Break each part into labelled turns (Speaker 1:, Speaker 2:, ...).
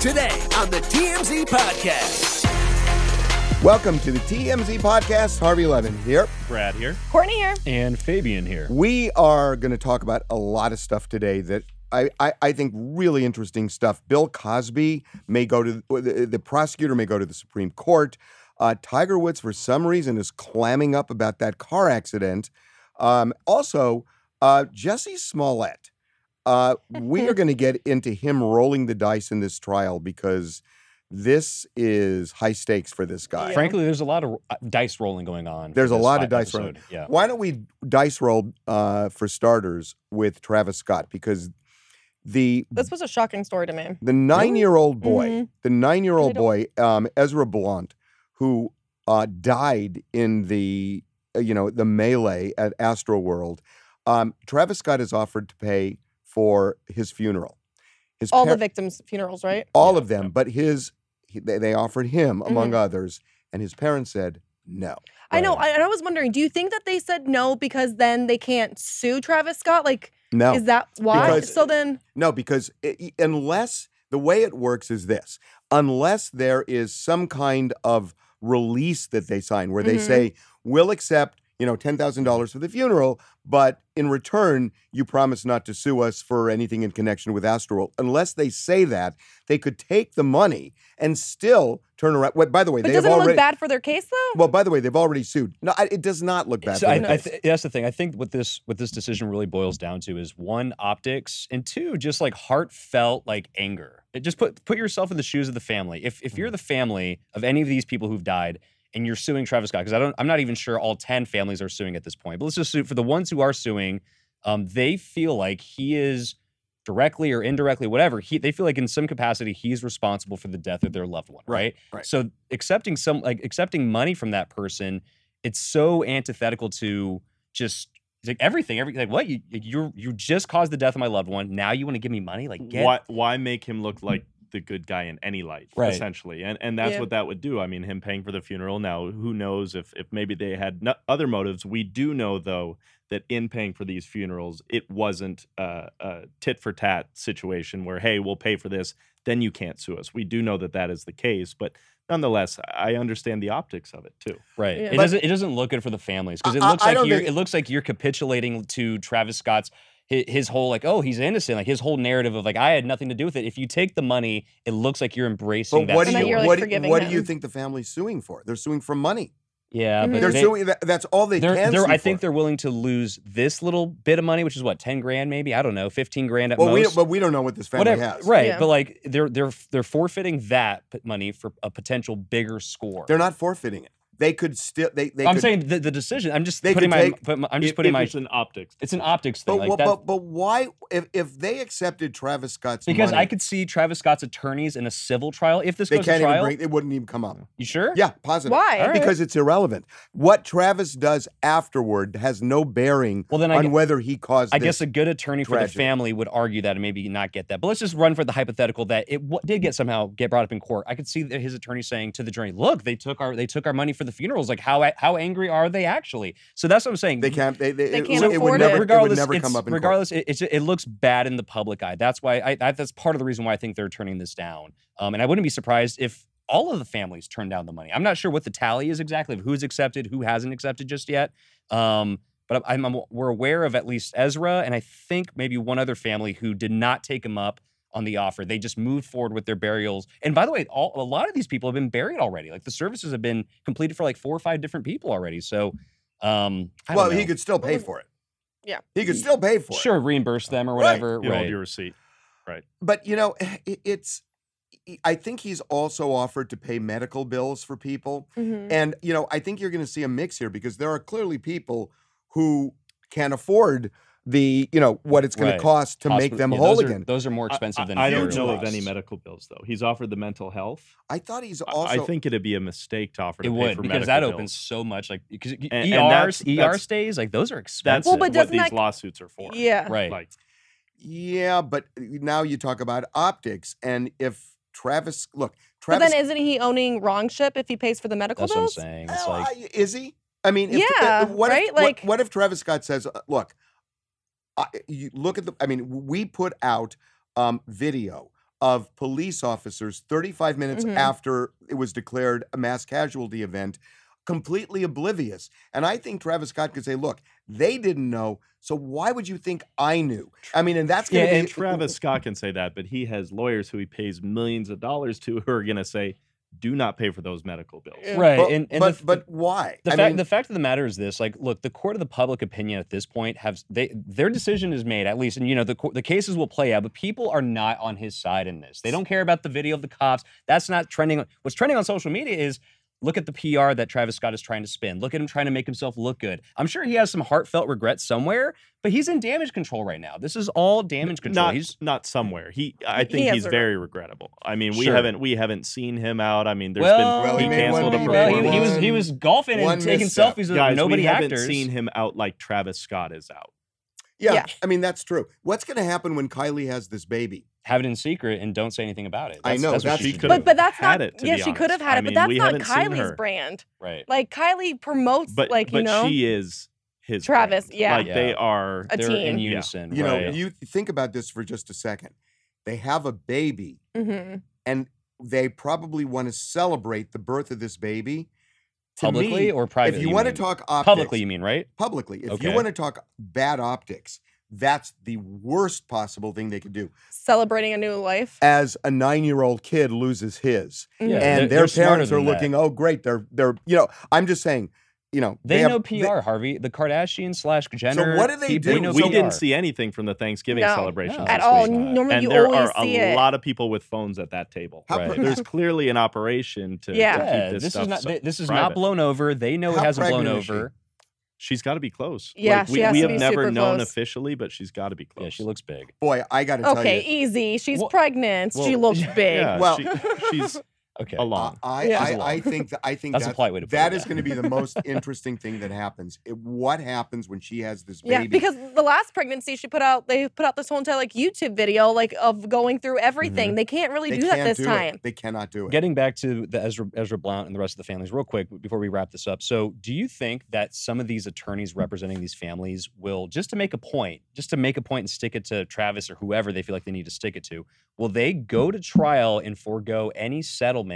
Speaker 1: today on the TMZ Podcast.
Speaker 2: Welcome to the TMZ podcast. Harvey Levin here.
Speaker 3: Brad here.
Speaker 4: Courtney here.
Speaker 3: And Fabian here.
Speaker 2: We are going to talk about a lot of stuff today that I, I, I think really interesting stuff. Bill Cosby may go to the, the prosecutor may go to the Supreme Court. Uh, Tiger Woods, for some reason, is clamming up about that car accident. Um, also, uh, Jesse Smollett. Uh, we are going to get into him rolling the dice in this trial because this is high stakes for this guy.
Speaker 3: Frankly, there's a lot of uh, dice rolling going on. for
Speaker 2: There's a
Speaker 3: this
Speaker 2: lot of
Speaker 3: fi-
Speaker 2: dice rolling.
Speaker 3: episode. Yeah.
Speaker 2: Why don't we dice roll uh, for starters with Travis Scott because the
Speaker 4: This was a shocking story to me.
Speaker 2: the nine year old boy,
Speaker 4: Mhm.
Speaker 2: the nine year old
Speaker 4: Little-
Speaker 2: boy, um, Ezra Blunt, who uh, died in the uh, you know the melee at Astroworld, um, Travis Scott is offered to pay for his funeral. His
Speaker 4: All the
Speaker 2: par-
Speaker 4: victims' funerals, right?
Speaker 2: all
Speaker 3: Yeah,
Speaker 2: of them,
Speaker 3: yeah.
Speaker 2: but his he, they, they offered him among others, and his parents said no.
Speaker 4: I know.
Speaker 3: Right.
Speaker 4: I, and I was wondering, do you think that they said no because then they can't sue Travis Scott? Like,
Speaker 2: No,
Speaker 4: is that why?
Speaker 2: Because-
Speaker 4: so then,
Speaker 2: No, because i i- unless the way it works is this unless there is some kind of release that they sign where they
Speaker 4: Mhm.
Speaker 2: say, we'll accept. You know, ten thousand dollars for the funeral, but in return, you promise not to sue us for anything in connection with Astroworld. Unless they say that, they could take the money and still turn around. Wait, by the way,
Speaker 4: but
Speaker 2: they've
Speaker 4: doesn't it
Speaker 2: already.
Speaker 4: look bad for their case though?
Speaker 2: Well, by the way, they've already sued. No, I, it does not look bad.
Speaker 3: So
Speaker 2: for
Speaker 3: I,
Speaker 2: the
Speaker 3: I
Speaker 2: case.
Speaker 3: th- that's the thing. I think what this what this decision really boils down to is one optics and two just like heartfelt like anger. It just put put yourself in the shoes of the family. If if you're the family of any of these people who've died and you're suing Travis Scott because I don't I'm not even sure all ten families are suing at this point. But let's just sue for the ones who are suing. Um, they feel like he is directly or indirectly, whatever. He they feel like in some capacity he's responsible for the death of their loved one, right?
Speaker 2: right.
Speaker 3: So accepting some like accepting money from that person, it's so antithetical to just like everything. Every like what you you you just caused the death of my loved one. Now you want to give me money? Like get
Speaker 5: why why make him look like the good guy in any light
Speaker 3: Right.
Speaker 5: essentially and and that's
Speaker 4: Yeah.
Speaker 5: what that would do i mean him paying for the funeral now who knows if if maybe they had no- other motives we do know though that in paying for these funerals it wasn't uh, a tit for tat situation where hey we'll pay for this then you can't sue us we do know that that is the case but nonetheless i understand the optics of it too
Speaker 3: right.
Speaker 4: Yeah.
Speaker 3: It
Speaker 4: But-
Speaker 3: doesn't it doesn't look good for the families because it
Speaker 2: I- I-
Speaker 3: looks
Speaker 2: I
Speaker 3: like
Speaker 2: don't
Speaker 3: you're
Speaker 2: think-
Speaker 3: it looks like you're capitulating to Travis Scott's hi- his whole like oh he's innocent like his whole narrative of like I had nothing to do with it. If you take the money, it looks like you're embracing
Speaker 2: But
Speaker 3: that.
Speaker 2: what
Speaker 4: And
Speaker 2: do
Speaker 4: then
Speaker 2: you
Speaker 4: you're, like,
Speaker 2: what, do-
Speaker 4: forgiving
Speaker 2: what do
Speaker 4: him.
Speaker 2: you think the family's suing for? They're suing for money.
Speaker 3: yeah,
Speaker 4: Mhm.
Speaker 3: but
Speaker 2: They're
Speaker 3: they-
Speaker 2: suing. That, that's all they
Speaker 3: they're,
Speaker 2: can.
Speaker 3: they're-
Speaker 2: sue
Speaker 3: I think
Speaker 2: for.
Speaker 3: they're willing to lose this little bit of money, which is what ten grand, maybe I don't know, fifteen grand at
Speaker 2: Well, we
Speaker 3: most.
Speaker 2: don't, but we don't know what this family
Speaker 3: Whatever,
Speaker 2: has.
Speaker 3: right?
Speaker 4: Yeah.
Speaker 3: But like they're they're they're forfeiting that p- money for a potential bigger score.
Speaker 2: They're not forfeiting it. They could still. They. they
Speaker 3: I'm
Speaker 2: could,
Speaker 3: saying the, the decision. I'm just
Speaker 2: They
Speaker 3: putting
Speaker 2: could
Speaker 3: my,
Speaker 2: take-
Speaker 3: put my- I'm just
Speaker 5: If-
Speaker 3: putting
Speaker 5: if
Speaker 3: my.
Speaker 5: it's an optics
Speaker 3: It's an optics thing,
Speaker 2: But,
Speaker 3: like
Speaker 2: wha-
Speaker 3: that,
Speaker 2: but but why? If if they accepted Travis Scott's
Speaker 3: because
Speaker 2: money,
Speaker 3: I could see Travis Scott's attorneys in a civil trial if this
Speaker 2: they
Speaker 3: goes
Speaker 2: can't
Speaker 3: to
Speaker 2: even
Speaker 3: trial.
Speaker 2: bring. It wouldn't even come up.
Speaker 3: you sure?
Speaker 2: Yeah, positive.
Speaker 4: Why? All right.
Speaker 2: Because it's irrelevant. What Travis does afterward has no bearing
Speaker 3: Well, then I
Speaker 2: on
Speaker 3: gu-
Speaker 2: whether he caused.
Speaker 3: I
Speaker 2: this.
Speaker 3: guess a good attorney for
Speaker 2: tragedy.
Speaker 3: the family would argue that and maybe not get that. But let's just run for the hypothetical that it w- did get somehow get brought up in court. I could see that his attorney saying to the jury, "Look, they took our they took our money for the funerals. Like how a- how angry are they actually?" So that's what I'm saying.
Speaker 2: they can't. They, they,
Speaker 4: They
Speaker 2: it,
Speaker 4: can't
Speaker 2: would- it would
Speaker 4: afford
Speaker 2: never, it would
Speaker 3: regardless,
Speaker 2: never
Speaker 3: it's-
Speaker 2: come up. In court.
Speaker 3: regardless, it, it's- it looks bad in the public eye. That's why I, I that's part of the reason why I think they're turning this down. Um, and I wouldn't be surprised if all of the families turn down the money. I'm not sure what the tally is exactly of who's accepted, who hasn't accepted just yet. Um, but I'm, I'm we're aware of at least Ezra and I think maybe one other family who did not take him up on the offer. They just moved forward with their burials. And by the way, all, a lot of these people have been buried already. Like the services have been completed for like four or five different people already. So. Um, I don't
Speaker 2: Well, he
Speaker 3: know.
Speaker 2: could still pay
Speaker 4: was-
Speaker 2: for it.
Speaker 4: Yeah.
Speaker 2: He could still pay for it.
Speaker 3: sure reimburse them or
Speaker 2: Right.
Speaker 3: whatever
Speaker 5: you hold
Speaker 3: right,
Speaker 5: your receipt
Speaker 2: but you know eh, it, it's e, i think he's also offered to pay medical bills for people
Speaker 4: Mhm.
Speaker 2: and you know i think you're going to see a mix here because there are clearly people who can't afford the you know what it's going
Speaker 3: Right.
Speaker 2: to cost to make
Speaker 3: Hospi-
Speaker 2: them
Speaker 3: yeah,
Speaker 2: whole
Speaker 3: those are-
Speaker 2: again
Speaker 3: those are more
Speaker 5: I-
Speaker 3: expensive
Speaker 5: I-
Speaker 3: than
Speaker 5: I, don't
Speaker 3: funeral
Speaker 5: know of any
Speaker 3: costs.
Speaker 5: medical bills though he's offered the mental health
Speaker 2: i thought he's
Speaker 5: I-
Speaker 2: also
Speaker 5: I think it'd be a mistake to offer
Speaker 3: it
Speaker 5: to pay
Speaker 3: would
Speaker 5: for
Speaker 3: because
Speaker 5: medical
Speaker 3: that
Speaker 5: bills.
Speaker 3: opens so much like because ERs
Speaker 5: and that's-
Speaker 3: ER
Speaker 5: that's-
Speaker 3: stays like those are
Speaker 5: That's
Speaker 3: expensive
Speaker 4: Well, but
Speaker 5: what
Speaker 4: doesn't
Speaker 5: these
Speaker 4: that-
Speaker 5: lawsuits are for.
Speaker 4: yeah.
Speaker 3: right
Speaker 5: Like,
Speaker 2: yeah but eh, now you talk about optics and if travis look
Speaker 4: But
Speaker 2: travis
Speaker 4: then isn't he owning wrong ship if he pays for the medical
Speaker 3: that's what I'm
Speaker 4: bills?
Speaker 3: saying it's
Speaker 2: Oh,
Speaker 3: like
Speaker 2: I- is he? I mean, if, if-
Speaker 4: Yeah,
Speaker 2: what If,
Speaker 4: right?
Speaker 2: what-
Speaker 4: Like-
Speaker 2: what, if Travis Scott says, uh, "Look, I, you look at the. I mean, we put out um, video of police officers 35 minutes
Speaker 3: Mm-hmm.
Speaker 4: Mhm.
Speaker 2: after it was declared a mass casualty event, completely oblivious. And I think Travis Scott could say, look, they didn't know, so why would you think I knew? I mean, and that's going to
Speaker 5: yeah,
Speaker 2: be
Speaker 5: and Travis Scott can say that, but he has lawyers who he pays millions of dollars to who are going to say, "Do not pay for those medical bills."
Speaker 3: Right,
Speaker 2: But,
Speaker 3: and- and
Speaker 2: but,
Speaker 3: the-
Speaker 2: but why?
Speaker 3: The
Speaker 2: I
Speaker 3: fact,
Speaker 2: mean,
Speaker 3: the fact of the matter is this: like, look, the court of the public opinion at this point have they their decision is made at least, and you know the co- the cases will play out, but people are not on his side in this. They don't care about the video of the cops. That's not trending. What's trending on social media is look at the PR that Travis Scott is trying to spin. Look at him trying to make himself look good. I'm sure he has some heartfelt regret somewhere, but he's in damage control right now. This is all damage control.
Speaker 5: Not
Speaker 3: he's
Speaker 5: not somewhere. He, I
Speaker 4: He
Speaker 5: think
Speaker 4: has
Speaker 5: he's
Speaker 4: a-
Speaker 5: very regrettable. I mean, we
Speaker 3: Sure.
Speaker 5: haven't we haven't seen him out. I mean, there's
Speaker 3: well,
Speaker 5: been
Speaker 2: Well, he
Speaker 5: he
Speaker 2: made
Speaker 5: canceled
Speaker 2: one
Speaker 5: a
Speaker 2: big
Speaker 3: well, he,
Speaker 5: performance.
Speaker 3: he was he was golfing
Speaker 2: one
Speaker 3: and taking
Speaker 2: misstep.
Speaker 3: selfies with
Speaker 5: Guys,
Speaker 3: nobody
Speaker 5: we haven't
Speaker 3: actors.
Speaker 5: seen him out like Travis Scott is out.
Speaker 2: yeah,
Speaker 4: yeah.
Speaker 2: I mean, that's true. What's going to happen when Kylie has this baby?
Speaker 3: have it in secret and don't say anything about it.
Speaker 2: I
Speaker 3: That's-
Speaker 2: know,
Speaker 3: That's what
Speaker 2: that's-
Speaker 3: she
Speaker 2: She
Speaker 3: should
Speaker 5: could've-
Speaker 3: do.
Speaker 4: But but that's
Speaker 5: had
Speaker 4: not.
Speaker 5: it, to
Speaker 4: yeah,
Speaker 5: be
Speaker 4: she could have
Speaker 5: honest.
Speaker 4: had
Speaker 5: I
Speaker 4: it,
Speaker 5: mean,
Speaker 4: but that's
Speaker 5: we
Speaker 4: not
Speaker 5: haven't seen
Speaker 4: Kylie's
Speaker 5: her.
Speaker 4: brand.
Speaker 3: Right.
Speaker 4: Like Kylie promotes,
Speaker 5: But
Speaker 4: like
Speaker 5: but
Speaker 4: you know,
Speaker 5: she is his
Speaker 4: Travis,
Speaker 5: brand.
Speaker 4: yeah.
Speaker 5: like they
Speaker 3: Yeah.
Speaker 5: are.
Speaker 4: A
Speaker 3: They're in
Speaker 4: team.
Speaker 5: Yeah.
Speaker 3: unison.
Speaker 2: You know,
Speaker 3: right.
Speaker 2: you think about this for just a second. They have a baby,
Speaker 4: Mhm.
Speaker 2: and they probably want to celebrate the birth of this baby. To
Speaker 3: publicly
Speaker 2: me,
Speaker 3: or privately.
Speaker 2: if you want to
Speaker 3: mean.
Speaker 2: talk optics,
Speaker 3: publicly, you mean right?
Speaker 2: publicly, if you
Speaker 3: Okay.
Speaker 2: want to talk bad optics, that's the worst possible thing they could do.
Speaker 4: celebrating a new life.
Speaker 2: As a nine-year-old kid loses his,
Speaker 4: Mhm.
Speaker 3: Yeah,
Speaker 2: and
Speaker 3: they're-
Speaker 2: their
Speaker 3: they're smarter
Speaker 2: parents are
Speaker 3: than that.
Speaker 2: looking, oh great, they're they're you know, I'm just saying, you know,
Speaker 3: They,
Speaker 2: have-
Speaker 3: know PR, Harvey. The Kardashians slash Jenner.
Speaker 2: what do they
Speaker 3: people-
Speaker 2: do?
Speaker 3: know
Speaker 5: we
Speaker 2: so
Speaker 5: didn't
Speaker 3: PR.
Speaker 5: see anything from the Thanksgiving
Speaker 4: No,
Speaker 5: celebrations
Speaker 3: no.
Speaker 5: this
Speaker 4: At all.
Speaker 5: week.
Speaker 3: not.
Speaker 4: Normally,
Speaker 5: and
Speaker 4: you
Speaker 5: there
Speaker 4: always
Speaker 5: are a
Speaker 4: see it.
Speaker 5: lot of people with phones at that table.
Speaker 2: How
Speaker 3: Right.
Speaker 2: pre-
Speaker 5: There's clearly an operation to, to
Speaker 4: Yeah.
Speaker 5: keep
Speaker 3: Yeah,
Speaker 5: this,
Speaker 3: this
Speaker 5: stuff.
Speaker 3: is not
Speaker 5: so-
Speaker 3: they- this is
Speaker 5: private.
Speaker 3: not blown over. They know
Speaker 2: How
Speaker 3: it hasn't blown
Speaker 2: pregnant is she?
Speaker 3: over.
Speaker 5: she's got to be close.
Speaker 4: Yeah,
Speaker 5: like,
Speaker 4: she
Speaker 5: we,
Speaker 4: has to
Speaker 5: we have
Speaker 4: be
Speaker 5: never
Speaker 4: super
Speaker 5: known
Speaker 4: close.
Speaker 5: officially, but she's got to be close.
Speaker 3: Yeah, she looks big.
Speaker 2: boy, I got to tell
Speaker 4: okay, e
Speaker 2: you,
Speaker 4: easy. She's
Speaker 3: Well-
Speaker 4: pregnant. she
Speaker 3: well,
Speaker 4: looks
Speaker 3: yeah,
Speaker 4: big.
Speaker 5: Yeah,
Speaker 2: Well-
Speaker 5: she, she's
Speaker 3: Okay.
Speaker 5: a
Speaker 2: I
Speaker 5: lot.
Speaker 2: I,
Speaker 4: Yeah.
Speaker 2: I,
Speaker 3: She's a
Speaker 2: I
Speaker 3: lot.
Speaker 2: think that I think
Speaker 3: That's a polite way to put
Speaker 2: that
Speaker 3: it,
Speaker 2: is
Speaker 3: yeah.
Speaker 2: going to be the most interesting thing that happens. It- what happens when she has this baby?
Speaker 4: Yeah, because the last pregnancy she put out, they put out this whole entire like YouTube video like of going through everything. They can't really
Speaker 2: they
Speaker 4: do
Speaker 2: can't
Speaker 4: that this
Speaker 2: do
Speaker 4: time.
Speaker 2: It. They cannot do it.
Speaker 3: Getting back to the Ezra, Ezra Blount and the rest of the families, real quick before we wrap this up. So, do you think that some of these attorneys representing these families will, just to make a point, just to make a point and stick it to Travis or whoever they feel like they need to stick it to, will they go to trial and forego any settlements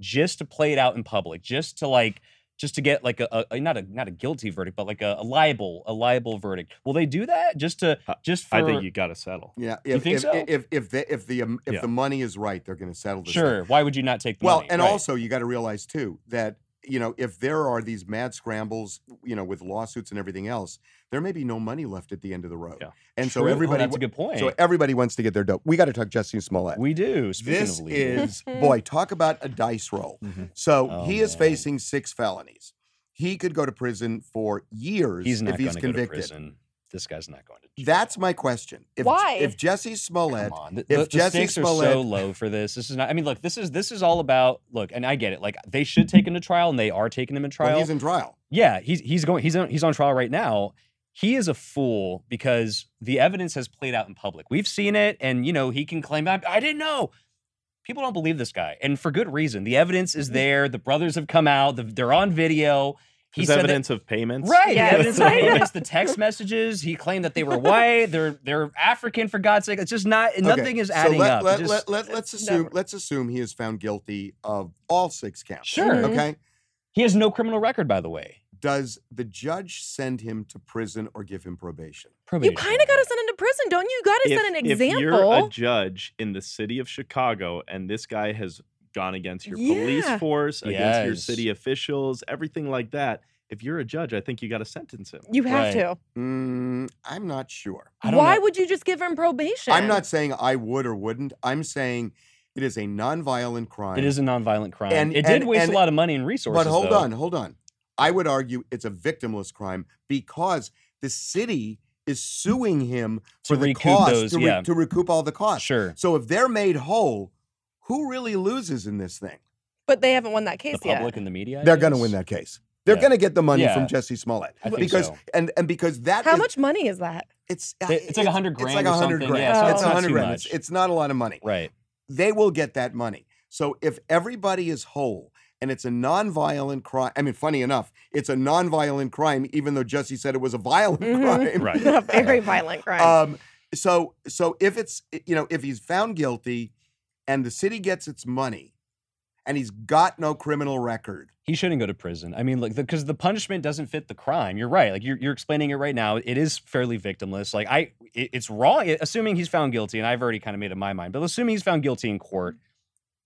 Speaker 3: just to play it out in public, just to like, just to get like a, a- a- not a not a guilty verdict, but like a, a liable a liable verdict? Will they do that just to
Speaker 5: I-
Speaker 3: just for?
Speaker 5: I think you got to settle.
Speaker 2: yeah,
Speaker 3: you
Speaker 2: if
Speaker 3: think
Speaker 2: if,
Speaker 3: so?
Speaker 2: if if the if the um, if
Speaker 5: Yeah.
Speaker 2: the money is right, they're going to settle this. thing.
Speaker 3: sure. Why would you not take the
Speaker 2: Well,
Speaker 3: money?
Speaker 2: and
Speaker 3: Right.
Speaker 2: also you got to realize too that you know if there are these mad scrambles, you know, with lawsuits and everything else, there may be no money left at the end of the road.
Speaker 5: Yeah.
Speaker 2: And so
Speaker 3: True. Oh,
Speaker 2: everybody,
Speaker 3: that's a good point.
Speaker 2: so everybody wants to get their dough. We got to talk Justine Smollett.
Speaker 3: We do. Speaking
Speaker 2: this
Speaker 3: of legal.
Speaker 2: is boy, talk about a dice roll.
Speaker 5: Mhm.
Speaker 2: So
Speaker 3: Oh,
Speaker 2: he is
Speaker 3: man.
Speaker 2: facing six felonies. He could go to prison for years
Speaker 3: he's not
Speaker 2: if he's
Speaker 3: going to go to
Speaker 2: convicted.
Speaker 3: prison. This guy's not going to. jail.
Speaker 2: That's my question. If,
Speaker 4: Why?
Speaker 2: If Jesse Smollett,
Speaker 3: Come on. The,
Speaker 2: if
Speaker 3: the- the
Speaker 2: Jesse
Speaker 3: stakes are
Speaker 2: Smollett-
Speaker 3: so low for this. This is not. I mean, look. This is this is all about. Look, and I get it. Like they should take him to trial, and they are taking him to trial.
Speaker 2: well, he's in trial.
Speaker 3: yeah, he's he's going. He's on, he's on trial right now. He is a fool because the evidence has played out in public. We've seen it, and you know he can claim I, I didn't know. People don't believe this guy, and for good reason. The evidence is there. The brothers have come out. The, they're on video. He
Speaker 5: There's
Speaker 3: said that-
Speaker 5: evidence of payments.
Speaker 3: Right.
Speaker 4: Yes.
Speaker 3: Yeah, it's
Speaker 4: Right.
Speaker 3: like, it's the text messages. He claimed that they were white. They're they're African for God's sake. It's just not
Speaker 2: Okay,
Speaker 3: nothing is
Speaker 2: so
Speaker 3: adding
Speaker 2: let,
Speaker 3: up.
Speaker 2: Let,
Speaker 3: Just-
Speaker 2: let, let, us assume
Speaker 4: never.
Speaker 2: let's assume he is found guilty of all six counts.
Speaker 3: sure.
Speaker 4: Mhm.
Speaker 2: Okay.
Speaker 3: He has no criminal record, by the way.
Speaker 2: Does the judge send him to prison or give him probation?
Speaker 4: You
Speaker 3: Probation.
Speaker 4: kind of got to send him to prison, don't you? You got to
Speaker 5: If,
Speaker 4: set an
Speaker 5: if you're a
Speaker 4: example.
Speaker 5: judge in the city of Chicago and this guy has gone against your police
Speaker 4: Yeah.
Speaker 5: force, against your
Speaker 3: Yes.
Speaker 5: city officials, everything like that, if you're a judge, I think you got to sentence him.
Speaker 4: You have
Speaker 3: Right.
Speaker 4: to.
Speaker 2: Mm, I'm not sure.
Speaker 3: I don't
Speaker 4: Why
Speaker 3: know.
Speaker 4: would you just give him probation?
Speaker 2: I'm not saying I would or wouldn't. I'm saying it is a nonviolent crime.
Speaker 3: It is a nonviolent crime.
Speaker 2: And-
Speaker 3: it did
Speaker 2: and-
Speaker 3: waste
Speaker 2: and-
Speaker 3: a lot of money and resources.
Speaker 2: But hold
Speaker 3: though.
Speaker 2: on, hold on. I would argue it's a victimless crime because the city is suing him for the
Speaker 3: recoup
Speaker 2: cost
Speaker 3: those-
Speaker 2: to, re-
Speaker 3: yeah.
Speaker 2: to recoup all the costs.
Speaker 3: Sure.
Speaker 2: So if they're made whole, who really loses in this thing?
Speaker 4: But they haven't won that
Speaker 3: The
Speaker 4: case yet.
Speaker 3: public and the media. I
Speaker 2: They're going to
Speaker 3: guess?
Speaker 2: win that case. They're
Speaker 3: Yeah.
Speaker 2: going to get the money
Speaker 3: Yeah.
Speaker 2: from Jesse Smollett
Speaker 3: I think
Speaker 2: because
Speaker 3: so.
Speaker 2: and and because that
Speaker 4: How
Speaker 2: is-
Speaker 4: much money is that?
Speaker 2: it's
Speaker 3: They- it's like 100
Speaker 2: It's
Speaker 3: grand
Speaker 2: like
Speaker 3: or
Speaker 2: 100
Speaker 3: something.
Speaker 2: grand.
Speaker 3: Yeah,
Speaker 4: so
Speaker 2: it's
Speaker 4: it's not
Speaker 2: 100
Speaker 3: too
Speaker 2: grand. It's,
Speaker 3: much.
Speaker 2: it's not a lot of money.
Speaker 3: Right.
Speaker 2: they will get that money. So if everybody is whole and it's a nonviolent crime, I mean, funny enough, it's a nonviolent crime, even though Jesse said it was a violent
Speaker 4: Mhm.
Speaker 2: crime.
Speaker 5: Right.
Speaker 2: Uh,
Speaker 4: a very violent crime.
Speaker 2: Um, so so if it's you know if he's found guilty, and the city gets its money and he's got no criminal record.
Speaker 3: He shouldn't go to prison. I mean, like, because the, punishment doesn't fit the crime. You're right. Like, you're, you're explaining it right now. It is fairly victimless. Like, I, it, it's wrong. Assuming he's found guilty, and I've already kind of made up my mind. But assuming he's found guilty in court,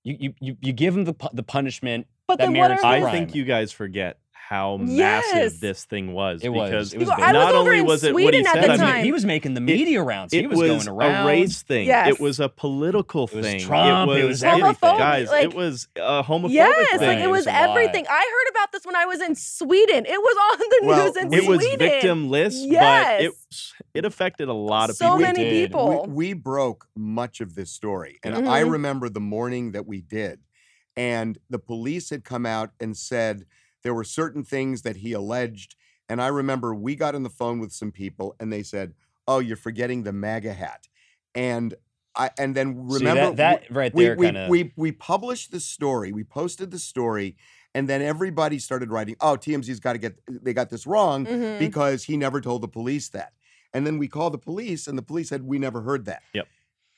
Speaker 3: you you you, you give him the pu- the punishment.
Speaker 4: But
Speaker 3: that
Speaker 4: then what
Speaker 3: merits
Speaker 4: are
Speaker 3: the
Speaker 4: his-
Speaker 5: I
Speaker 3: crime.
Speaker 5: think you guys forget how
Speaker 4: Yes.
Speaker 5: massive this thing was.
Speaker 3: It was.
Speaker 5: because
Speaker 3: It was
Speaker 4: You
Speaker 3: big.
Speaker 4: go, I was
Speaker 5: not
Speaker 4: over
Speaker 5: only
Speaker 4: in
Speaker 5: was it what he
Speaker 4: Sweden
Speaker 5: said,
Speaker 4: at the
Speaker 5: I mean,
Speaker 3: ma-
Speaker 4: time.
Speaker 3: he was making the media rounds. He
Speaker 5: it
Speaker 3: was, going around.
Speaker 5: a race thing.
Speaker 4: Yes.
Speaker 5: It was a political
Speaker 3: was
Speaker 5: thing.
Speaker 3: Trump, it
Speaker 5: It
Speaker 3: was
Speaker 5: was
Speaker 4: Homophobic,
Speaker 5: Guys,
Speaker 4: like-
Speaker 5: it was a homophobic
Speaker 4: Yes,
Speaker 5: thing.
Speaker 4: like
Speaker 3: It
Speaker 4: it was
Speaker 3: was a lot.
Speaker 4: everything. I heard about this when I was in Sweden. It was on the
Speaker 2: Well,
Speaker 4: news in
Speaker 5: it
Speaker 4: Sweden.
Speaker 5: was victimless, but it it affected a lot of
Speaker 4: So
Speaker 5: people.
Speaker 4: many
Speaker 3: It did.
Speaker 2: We,
Speaker 4: people.
Speaker 2: we broke much of this story. And I
Speaker 3: Mm-hmm.
Speaker 4: Mhm.
Speaker 2: remember the morning that we did, and the police had come out and said there were certain things that he alleged. And I remember we got on the phone with some people and they said, Oh, you're forgetting the MAGA hat. And I and then remember
Speaker 3: See, that, that right
Speaker 2: we,
Speaker 3: there
Speaker 2: we,
Speaker 3: kind of
Speaker 2: we, we published the story, we posted the story, and then everybody started writing, oh, TMZ's got to get, they got this wrong
Speaker 4: Mhm.
Speaker 3: Mm-hmm.
Speaker 2: because he never told the police that. And then we called the police, and the police said, we never heard that.
Speaker 5: Yep.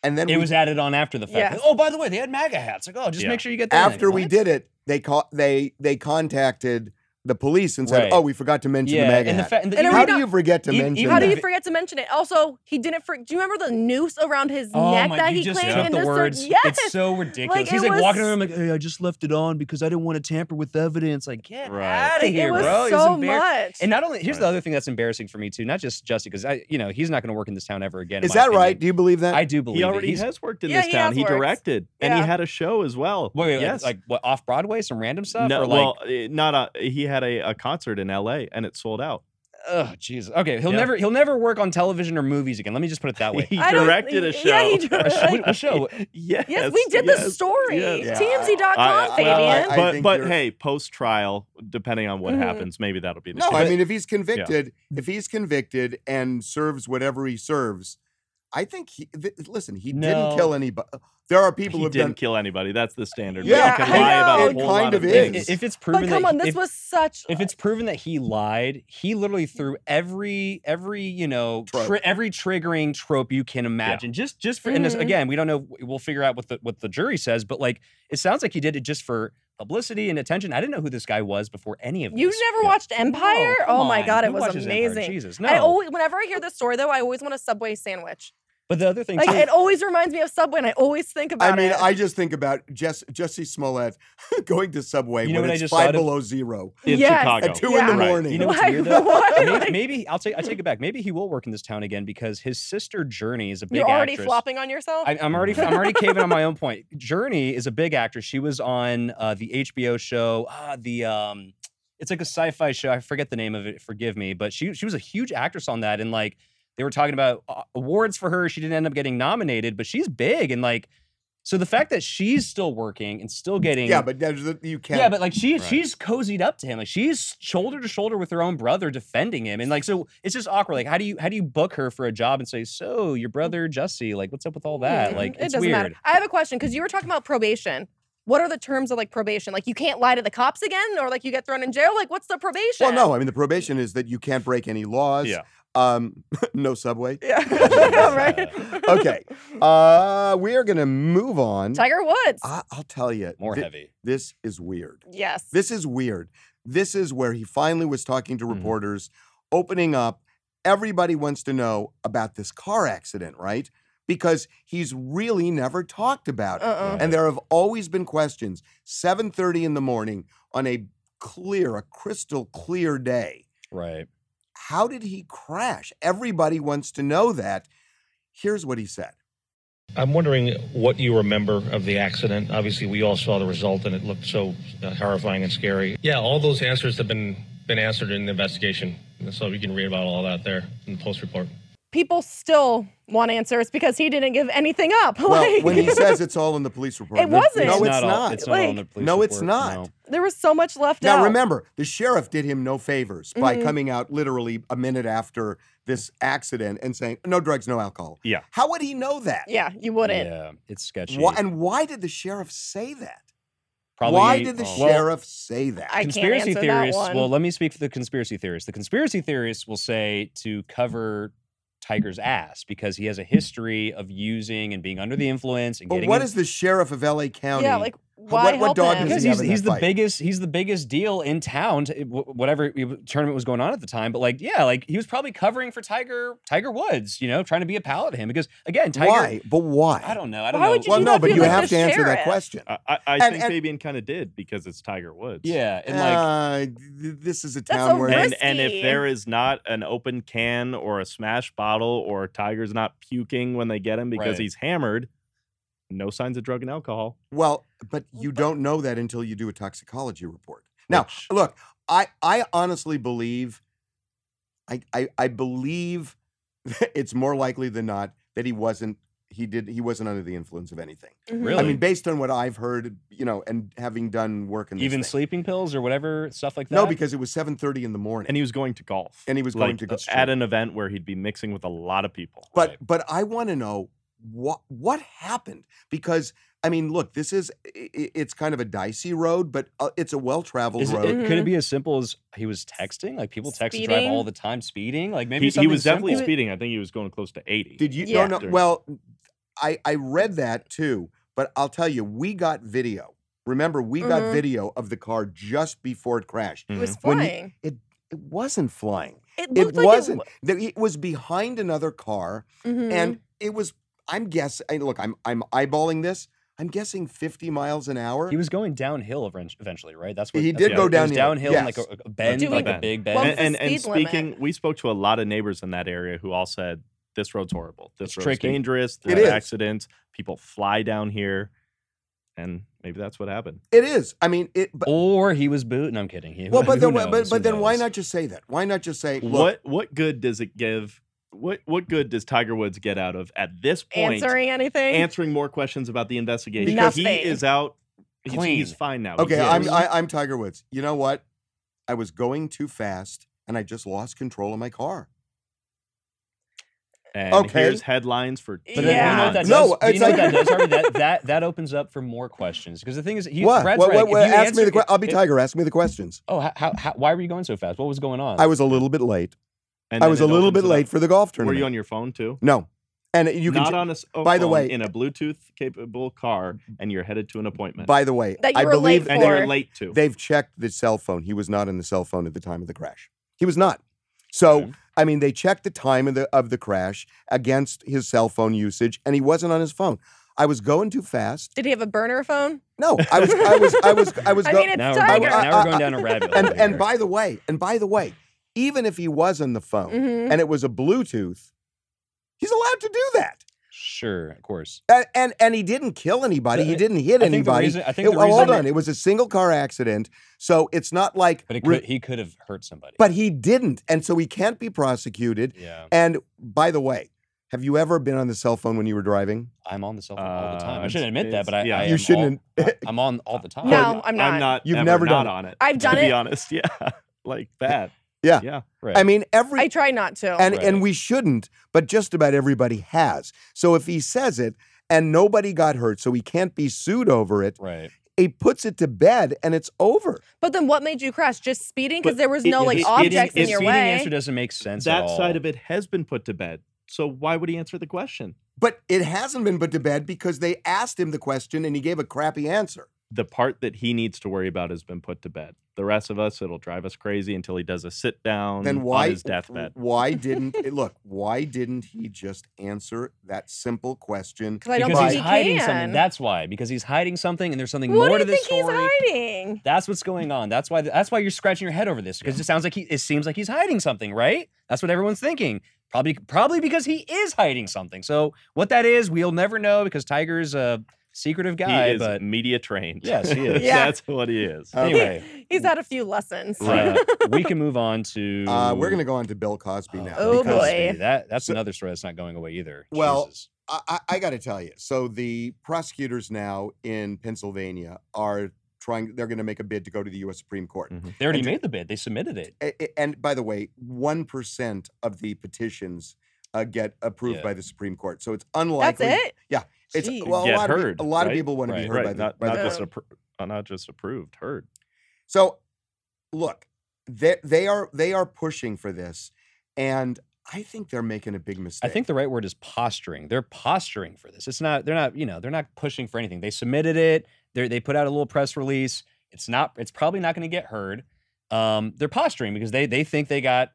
Speaker 2: And then
Speaker 3: it
Speaker 2: we-
Speaker 3: was added on after the fact.
Speaker 4: Yes.
Speaker 3: Like, oh, by the way, they had MAGA hats. Like, oh, just
Speaker 5: Yeah.
Speaker 3: make sure you get that.
Speaker 2: after we did it, they call, they they contacted the police and said,
Speaker 3: Right.
Speaker 2: oh, we forgot to mention
Speaker 3: yeah,
Speaker 2: the MAGA
Speaker 3: and the
Speaker 2: hat.
Speaker 3: fact, and the,
Speaker 4: And
Speaker 3: you
Speaker 4: it
Speaker 3: know-
Speaker 2: How
Speaker 4: we
Speaker 2: do
Speaker 4: don't-
Speaker 2: you forget to
Speaker 3: e-
Speaker 2: mention
Speaker 3: even
Speaker 4: How
Speaker 2: that?
Speaker 4: do you
Speaker 3: vi-
Speaker 4: forget to mention it? Also, he didn't. For, do you remember the noose around his
Speaker 3: Oh
Speaker 4: neck
Speaker 3: my-
Speaker 4: that
Speaker 3: you
Speaker 4: he
Speaker 3: just
Speaker 4: claimed
Speaker 3: took
Speaker 4: in
Speaker 3: the
Speaker 4: this?
Speaker 3: words.
Speaker 4: Yes,
Speaker 3: It's so ridiculous.
Speaker 4: Like,
Speaker 3: He's
Speaker 4: it
Speaker 3: like walking
Speaker 4: was-
Speaker 3: around like, hey, I just left it on because I didn't want to tamper with evidence. Like, get
Speaker 5: Right.
Speaker 3: out of
Speaker 4: it
Speaker 3: here,
Speaker 4: was
Speaker 3: bro. It was
Speaker 4: so
Speaker 3: embar-
Speaker 4: much.
Speaker 3: And not only here's the
Speaker 5: Right.
Speaker 3: other thing that's embarrassing for me too. Not just Justin because I, you know, he's not going to work in this town ever again. in
Speaker 2: Is
Speaker 3: my
Speaker 2: that
Speaker 3: opinion.
Speaker 2: right? Do you believe that?
Speaker 3: I do believe
Speaker 5: He
Speaker 3: it.
Speaker 5: already
Speaker 3: He's-
Speaker 5: has worked in
Speaker 4: Yeah,
Speaker 5: this
Speaker 4: he
Speaker 5: town.
Speaker 4: has
Speaker 5: He
Speaker 4: worked.
Speaker 5: directed, and he
Speaker 4: Yeah.
Speaker 5: had a show as well.
Speaker 3: Wait, wait, like-
Speaker 5: yes.
Speaker 3: like, what off Broadway, some random stuff,
Speaker 5: no,
Speaker 3: or like,
Speaker 5: well, eh, not a. He had a, a concert in L.A. and it sold out.
Speaker 3: oh Jesus. Okay, he'll
Speaker 5: Yeah.
Speaker 3: never he'll never work on television or movies again. Let me just put it that way.
Speaker 5: He
Speaker 4: I don't-
Speaker 5: directed a show.
Speaker 4: yeah, he did.
Speaker 3: A sh- a show.
Speaker 5: yes,
Speaker 4: yes, we did the
Speaker 5: yes.
Speaker 4: story.
Speaker 5: yes.
Speaker 4: TMZ.com,
Speaker 5: I- I-
Speaker 2: well,
Speaker 4: Fabian.
Speaker 2: I
Speaker 5: but
Speaker 2: think
Speaker 5: but
Speaker 2: you're-
Speaker 5: hey, post trial, depending on what
Speaker 4: Mhm.
Speaker 5: happens, maybe that'll be the
Speaker 2: No,
Speaker 5: case.
Speaker 2: I mean, if he's convicted, if he's convicted and serves whatever he serves, I think he. Th- listen, he didn't kill
Speaker 3: No.
Speaker 2: anybody. There are people
Speaker 5: he
Speaker 2: who've
Speaker 5: didn't
Speaker 2: done.
Speaker 5: kill anybody. That's the standard.
Speaker 2: Yeah,
Speaker 5: Yeah, you can
Speaker 4: I
Speaker 5: lie about
Speaker 4: know.
Speaker 5: a
Speaker 4: It
Speaker 5: whole
Speaker 2: kind
Speaker 5: lot
Speaker 2: of
Speaker 5: of,
Speaker 2: is.
Speaker 5: things.
Speaker 3: if, if it's proven
Speaker 4: but come
Speaker 3: that
Speaker 4: on, this
Speaker 3: if,
Speaker 4: was such.
Speaker 3: if it's proven that he lied, he literally threw every every you know
Speaker 2: Trope.
Speaker 3: tri- every triggering trope you can imagine. Just just for and this,
Speaker 4: Mhm.
Speaker 3: again, we don't know. We'll figure out what the what the jury says, but like it sounds like he did it just for publicity and attention. I didn't know who this guy was before any of
Speaker 4: you
Speaker 3: this.
Speaker 4: never
Speaker 5: yeah.
Speaker 4: watched Empire?
Speaker 3: No, come
Speaker 4: oh my
Speaker 3: on.
Speaker 4: God, it
Speaker 3: Who
Speaker 4: was
Speaker 3: watches Empire?
Speaker 4: amazing.
Speaker 3: Jesus, no.
Speaker 4: I always, whenever I hear this story, though, I always want a Subway sandwich.
Speaker 3: but the other thing,
Speaker 4: Like
Speaker 3: too,
Speaker 4: it always reminds me of Subway, and I always think about
Speaker 2: I mean,
Speaker 4: it.
Speaker 2: I just think about Jess, Jesse Smollett going to Subway
Speaker 3: You know
Speaker 2: when
Speaker 3: what I
Speaker 2: it's
Speaker 3: just
Speaker 2: five
Speaker 3: thought of?
Speaker 2: below zero
Speaker 5: in
Speaker 4: Yes.
Speaker 5: Chicago.
Speaker 2: at two in
Speaker 4: Yeah.
Speaker 2: the
Speaker 4: Right.
Speaker 2: morning.
Speaker 3: You know what's
Speaker 4: Like,
Speaker 3: weird though?
Speaker 4: what?
Speaker 3: May-
Speaker 4: Like-
Speaker 3: Maybe, I'll take I take it back. Maybe he will work in this town again because his sister Journey is a big
Speaker 4: You're already
Speaker 3: actress.
Speaker 4: flopping on yourself.
Speaker 3: I, I'm already I'm already caving on my own point. Journey is a big actress. She was on uh, the HBO show. Ah, the um, it's like a sci-fi show. I forget the name of it. Forgive me, but she she was a huge actress on that. And like they were talking about uh, awards for her. She didn't end up getting nominated, but she's big and like. So the fact that she's still working and still getting
Speaker 2: Yeah, but there's the- you can't.
Speaker 3: yeah, but like she
Speaker 5: Right.
Speaker 3: she's cozied up to him. Like she's shoulder to shoulder with her own brother defending him. And like so it's just awkward. Like how do you how do you book her for a job and say, "So, your brother Jussie, like what's up with all that?"
Speaker 4: Mm,
Speaker 3: Like
Speaker 4: it
Speaker 3: it's
Speaker 4: doesn't
Speaker 3: weird.
Speaker 4: matter. I have a question because you were talking about probation. What are the terms of like probation? Like you can't lie to the cops again, or like you get thrown in jail. Like what's the probation?
Speaker 2: well, no, I mean, the probation is that you can't break any laws.
Speaker 5: Yeah.
Speaker 2: Um, no Subway.
Speaker 4: yeah, right.
Speaker 2: Okay. Uh, we are going to move on.
Speaker 4: Tiger Woods.
Speaker 2: I- I'll tell you.
Speaker 3: More
Speaker 2: thi-
Speaker 3: heavy.
Speaker 2: This is weird.
Speaker 4: yes.
Speaker 2: This is weird. This is where he finally was talking to
Speaker 3: Mhm.
Speaker 2: reporters, opening up. Everybody wants to know about this car accident, right? Because he's really never talked about it.
Speaker 4: Uh-uh.
Speaker 2: And there have always been questions. 7:30 in the morning on a clear, a crystal clear day.
Speaker 3: Right.
Speaker 2: How did he crash? Everybody wants to know that. Here's what he said.
Speaker 6: I'm wondering what you remember of the accident. Obviously, we all saw the result, and it looked so uh, horrifying and scary. Yeah, all those answers have been been answered in the investigation, so you can read about all that there in the post report.
Speaker 4: People still want answers because he didn't give anything up.
Speaker 2: Well,
Speaker 4: like
Speaker 2: when he says it's all in the police report.
Speaker 4: It
Speaker 2: no-
Speaker 4: wasn't.
Speaker 2: No, it's
Speaker 4: It's
Speaker 2: not.
Speaker 3: all- it's not all in
Speaker 4: Like-
Speaker 3: the police
Speaker 2: No, it's
Speaker 3: report,
Speaker 2: not.
Speaker 3: no.
Speaker 4: there was so much left
Speaker 2: Now
Speaker 4: out.
Speaker 2: remember, the sheriff did him no favors by
Speaker 4: Mm-hmm.
Speaker 2: coming out literally a minute after this accident and saying, "No drugs, no alcohol."
Speaker 5: Yeah.
Speaker 2: How would he know that?
Speaker 4: Yeah, you wouldn't.
Speaker 3: Yeah, it's sketchy.
Speaker 2: Why, and why did the sheriff say that?
Speaker 3: Probably Oh.
Speaker 2: why did the
Speaker 3: well,
Speaker 2: sheriff say that?
Speaker 4: I can't
Speaker 3: conspiracy
Speaker 4: answer that
Speaker 3: theorists
Speaker 4: one.
Speaker 3: well let me speak for the conspiracy theorists the conspiracy theorists will say to cover Tiger's ass because he has a history of using and being under the influence and
Speaker 2: But
Speaker 3: getting.
Speaker 2: what
Speaker 3: in-
Speaker 2: is the sheriff of L.A. County?
Speaker 4: yeah, like
Speaker 2: what-
Speaker 4: why
Speaker 2: what
Speaker 4: help
Speaker 2: dog
Speaker 4: him?
Speaker 2: does
Speaker 3: because
Speaker 2: he
Speaker 3: he's,
Speaker 2: have in
Speaker 3: he's
Speaker 2: that
Speaker 3: the
Speaker 2: fight?
Speaker 3: biggest he's the biggest deal in town to, wh- whatever tournament was going on at the time but like yeah like he was probably covering for tiger tiger woods you know trying to be a pal to him because again tiger
Speaker 2: why? But why? Uh,
Speaker 3: i don't know i don't
Speaker 4: Why
Speaker 3: know
Speaker 4: would you
Speaker 2: Well,
Speaker 4: do
Speaker 2: no,
Speaker 4: that
Speaker 2: but
Speaker 4: if
Speaker 2: you
Speaker 4: you're, like,
Speaker 2: have
Speaker 4: the
Speaker 2: to answer that
Speaker 4: sheriff?
Speaker 2: question.
Speaker 5: I, I, I
Speaker 2: And-
Speaker 5: think
Speaker 2: and-
Speaker 5: Fabian kind of did because it's Tiger Woods.
Speaker 3: yeah and like
Speaker 2: Uh, th- this is a
Speaker 4: That's
Speaker 2: town
Speaker 4: a
Speaker 2: where
Speaker 4: risk.
Speaker 5: And, and if
Speaker 4: Risky.
Speaker 5: there is not an open can or a smash bottle or Tiger's not puking when they get him because
Speaker 3: Right.
Speaker 5: he's hammered, no signs of drug and alcohol.
Speaker 2: Well, but you don't know that until you do a toxicology report. Now,
Speaker 5: which-
Speaker 2: look, I I honestly believe I I, I believe it's more likely than not that he wasn't he did he wasn't under the influence of anything.
Speaker 4: Mhm.
Speaker 3: really
Speaker 2: I mean, based on what I've heard, you know, and having done work in this
Speaker 3: even
Speaker 2: thing.
Speaker 3: sleeping pills or whatever stuff like that
Speaker 2: No, because it was 7:30 in the morning.
Speaker 5: and he was going to golf.
Speaker 2: And he was going
Speaker 5: like,
Speaker 2: to go-
Speaker 5: uh, at an event where he'd be mixing with a lot of people.
Speaker 2: But but I want to know what what happened because I mean, look, this is i- i- it's kind of a dicey road, but uh, it's a well-traveled
Speaker 3: Is it,
Speaker 2: road.
Speaker 3: it- could it be as simple as he was texting? Like people text and drive
Speaker 4: Mm-hmm. Speeding?
Speaker 3: all the time, speeding. Like maybe
Speaker 5: he, he
Speaker 3: something
Speaker 5: was definitely
Speaker 3: simple.
Speaker 5: speeding. I think he was going close to eighty.
Speaker 2: Did you? No,
Speaker 4: Yeah.
Speaker 2: no.
Speaker 5: During-
Speaker 2: Well, I I read that too, but I'll tell you, we got video. Remember, we got
Speaker 4: Mhm.
Speaker 2: video of the car just before it crashed.
Speaker 5: Mm-hmm.
Speaker 4: It was
Speaker 2: When you-
Speaker 4: flying.
Speaker 2: It wasn't flying.
Speaker 4: it
Speaker 2: It
Speaker 4: looked like
Speaker 2: wasn't. There- It was behind another car,
Speaker 4: Mhm.
Speaker 2: and it was. I'm guessing. Look, I'm I'm eyeballing this. I'm guessing 50 miles an hour.
Speaker 3: He was going downhill everen- eventually, right? That's what
Speaker 2: He
Speaker 3: that's
Speaker 2: did
Speaker 3: what-
Speaker 5: go
Speaker 3: it was
Speaker 2: downhill,
Speaker 3: downhill in like
Speaker 2: yes.
Speaker 3: a, a bend,
Speaker 4: Do we-
Speaker 3: like a big bend.
Speaker 4: Well,
Speaker 5: and, and,
Speaker 4: the
Speaker 5: and
Speaker 4: speed limit?
Speaker 5: speaking, we spoke to a lot of neighbors in that area who all said this road's horrible. This
Speaker 3: It's
Speaker 5: road's
Speaker 3: tricky.
Speaker 5: dangerous.
Speaker 2: It
Speaker 5: There's
Speaker 2: is.
Speaker 5: accidents. People fly down here, and maybe that's what happened.
Speaker 2: it is. I mean, it. But,
Speaker 3: or he was booting. I'm kidding. He,
Speaker 2: well, but
Speaker 3: who
Speaker 2: then,
Speaker 3: knows?
Speaker 2: why- but,
Speaker 3: Who
Speaker 2: but then why
Speaker 3: knows?
Speaker 2: not just say that? Why not just say look,
Speaker 5: what what good does it give? What what good does Tiger Woods get out of at this point?
Speaker 4: answering anything.
Speaker 5: answering more questions about the investigation
Speaker 4: Because-
Speaker 5: he
Speaker 4: Nothing.
Speaker 5: is out. He's,
Speaker 3: Clean.
Speaker 5: he's fine now.
Speaker 2: Okay,
Speaker 5: He's-
Speaker 2: I'm I, I'm Tiger Woods. You know what? I was going too fast, and I just lost control of my car.
Speaker 5: and
Speaker 2: okay.
Speaker 5: here's headlines for.
Speaker 4: But
Speaker 3: But
Speaker 5: two
Speaker 3: then you know what
Speaker 5: months.
Speaker 3: that does?
Speaker 2: No,
Speaker 3: Do you
Speaker 2: it's
Speaker 3: know what
Speaker 2: like-
Speaker 3: that does, Harvey? That, that that opens up for more questions because the thing is, he,
Speaker 2: what?
Speaker 3: Brad's
Speaker 2: What-
Speaker 3: right,
Speaker 2: what-
Speaker 3: if
Speaker 2: what-
Speaker 3: you
Speaker 2: ask me
Speaker 3: answer-
Speaker 2: the que- I'll be
Speaker 3: if-
Speaker 2: Tiger. Ask me the questions.
Speaker 3: Oh, how, how, how, why were you going so fast? What was going on?
Speaker 2: I was a little bit late.
Speaker 5: Oh. And
Speaker 2: I
Speaker 5: then
Speaker 2: was
Speaker 5: it
Speaker 2: a little
Speaker 5: opens
Speaker 2: bit
Speaker 5: it up.
Speaker 2: late for the golf
Speaker 5: Were
Speaker 2: tournament.
Speaker 5: you on your phone too?
Speaker 2: no, and you can.
Speaker 5: Not
Speaker 2: t-
Speaker 5: on a s- a
Speaker 2: by the
Speaker 5: phone
Speaker 2: way-
Speaker 5: in a Bluetooth capable car, and you're headed to an appointment.
Speaker 2: by the way,
Speaker 4: That you
Speaker 2: I
Speaker 4: were
Speaker 2: believe
Speaker 4: late
Speaker 5: and you're
Speaker 4: Or-
Speaker 5: late to.
Speaker 2: they've checked the cell phone. He was not in the cell phone at the time of the crash. He was not. So
Speaker 5: Okay.
Speaker 2: I mean, they checked the time of the of the crash against his cell phone usage, and he wasn't on his phone. I was going too fast.
Speaker 4: Did he have a burner phone?
Speaker 2: No, I was. I was. I was. I was.
Speaker 4: I
Speaker 2: go-
Speaker 4: mean, it's
Speaker 3: now, we're
Speaker 4: Tiger.
Speaker 3: going, now we're going down a rabbit hole.
Speaker 2: and and
Speaker 3: here.
Speaker 2: by the way, and by the way, even if he was on the phone
Speaker 4: Mhm.
Speaker 2: and it was a Bluetooth, he's allowed to do that.
Speaker 3: sure, of course.
Speaker 2: And and, and he didn't kill anybody. He
Speaker 3: I-
Speaker 2: didn't hit
Speaker 3: I think the
Speaker 2: anybody.
Speaker 3: reason- I think
Speaker 2: It-
Speaker 3: the
Speaker 2: well, hold
Speaker 3: reason-
Speaker 2: on. It was a single car accident, so it's not like.
Speaker 3: But it
Speaker 2: re-
Speaker 3: could, he could have hurt somebody.
Speaker 2: but he didn't, and so he can't be prosecuted.
Speaker 3: yeah,
Speaker 2: And by the way, have you ever been on the cell phone when you were driving?
Speaker 3: I'm on the cell phone all the time.
Speaker 5: Uh,
Speaker 3: I shouldn't
Speaker 5: it's-
Speaker 3: admit that, but I,
Speaker 5: it's- yeah.
Speaker 3: I
Speaker 2: You
Speaker 3: am
Speaker 2: shouldn't-
Speaker 3: All, I- I'm on all the time.
Speaker 4: No, I'm
Speaker 5: I'm
Speaker 4: not.
Speaker 5: not.
Speaker 2: You've
Speaker 5: ever
Speaker 2: never
Speaker 5: not
Speaker 2: done it.
Speaker 5: on it.
Speaker 4: I've done
Speaker 5: to Be
Speaker 4: it.
Speaker 5: honest, yeah, like that.
Speaker 2: Yeah.
Speaker 5: yeah.
Speaker 3: right.
Speaker 2: I mean, every
Speaker 4: I try not to.
Speaker 2: and
Speaker 3: Right.
Speaker 2: and we shouldn't but just about everybody has so if he says it and nobody got hurt so he can't be sued over it
Speaker 3: right.
Speaker 2: he puts it to bed and it's over
Speaker 4: but then what made you crash? Just speeding? Because
Speaker 5: But
Speaker 4: there was
Speaker 5: it-
Speaker 4: no
Speaker 5: it-
Speaker 4: like
Speaker 5: it-
Speaker 4: objects
Speaker 5: it-
Speaker 4: in your
Speaker 3: speeding
Speaker 4: way.
Speaker 3: answer doesn't make sense.
Speaker 5: That side of it has been put to bed. So why would he answer the question?
Speaker 2: but it hasn't been put to bed because they asked him the question and he gave a crappy answer
Speaker 5: The part that he needs to worry about has been put to bed. The rest of us, it'll drive us crazy until he does a sit down
Speaker 2: then why
Speaker 5: on his deathbed.
Speaker 2: why didn't look why didn't he just answer that simple question
Speaker 4: Because I don't
Speaker 3: because
Speaker 4: think
Speaker 3: he's
Speaker 4: he
Speaker 3: hiding
Speaker 4: can.
Speaker 3: something. That's why. Because he's hiding something, and there's something
Speaker 4: what
Speaker 3: more
Speaker 4: do
Speaker 3: to
Speaker 4: you
Speaker 3: this
Speaker 4: think
Speaker 3: story.
Speaker 4: he's hiding?
Speaker 3: That's what's going on. That's why. That's why you're scratching your head over this because it sounds like he. It seems like he's hiding something, right? That's what everyone's thinking. Probably, probably because he is hiding something. So what that is, we'll never know because Tiger's a secretive
Speaker 5: He
Speaker 3: guy.
Speaker 5: is
Speaker 3: but
Speaker 5: media trained.
Speaker 3: Yes, he is. Oh,
Speaker 4: Yeah.
Speaker 5: That's what he is.
Speaker 2: Okay.
Speaker 3: anyway,
Speaker 4: He's had a few lessons.
Speaker 5: Right.
Speaker 3: uh, we can move on to.
Speaker 2: uh, we're going to go on to bill cosby now
Speaker 4: Oh,
Speaker 2: because
Speaker 4: boy.
Speaker 3: That that's
Speaker 2: So-
Speaker 3: another story that's not going away either.
Speaker 2: Well,
Speaker 3: Jesus.
Speaker 2: I, I, I got to tell you. So the prosecutors now in Pennsylvania are trying. They're going to make a bid to go to the U.S. Supreme Court.
Speaker 5: Mm.
Speaker 3: they already
Speaker 2: and-
Speaker 3: made the bid. They submitted it.
Speaker 2: A- a- And by the way, one percent of the petitions uh, get approved
Speaker 3: Yeah.
Speaker 2: by the Supreme Court. So it's unlikely.
Speaker 4: That's it.
Speaker 2: Yeah, It's uh,
Speaker 4: Jeez.
Speaker 2: well,
Speaker 5: Get
Speaker 2: a lot
Speaker 5: heard,
Speaker 2: of, pe- a lot
Speaker 5: right?
Speaker 2: of people want to
Speaker 3: Right,
Speaker 2: be heard
Speaker 5: Right,
Speaker 2: by the.
Speaker 5: not,
Speaker 2: by
Speaker 5: not,
Speaker 2: the
Speaker 4: the-
Speaker 5: just appro- uh, not just approved, heard.
Speaker 2: so, look, they they are they are pushing for this, and I think they're making a big
Speaker 3: I
Speaker 2: mistake.
Speaker 3: think the right word is posturing. They're posturing for this. It's not. They're not. You know. They're not pushing for anything. They submitted it. They they put out a little press release. It's not. It's probably not going to get heard. Um, they're posturing because they they think they got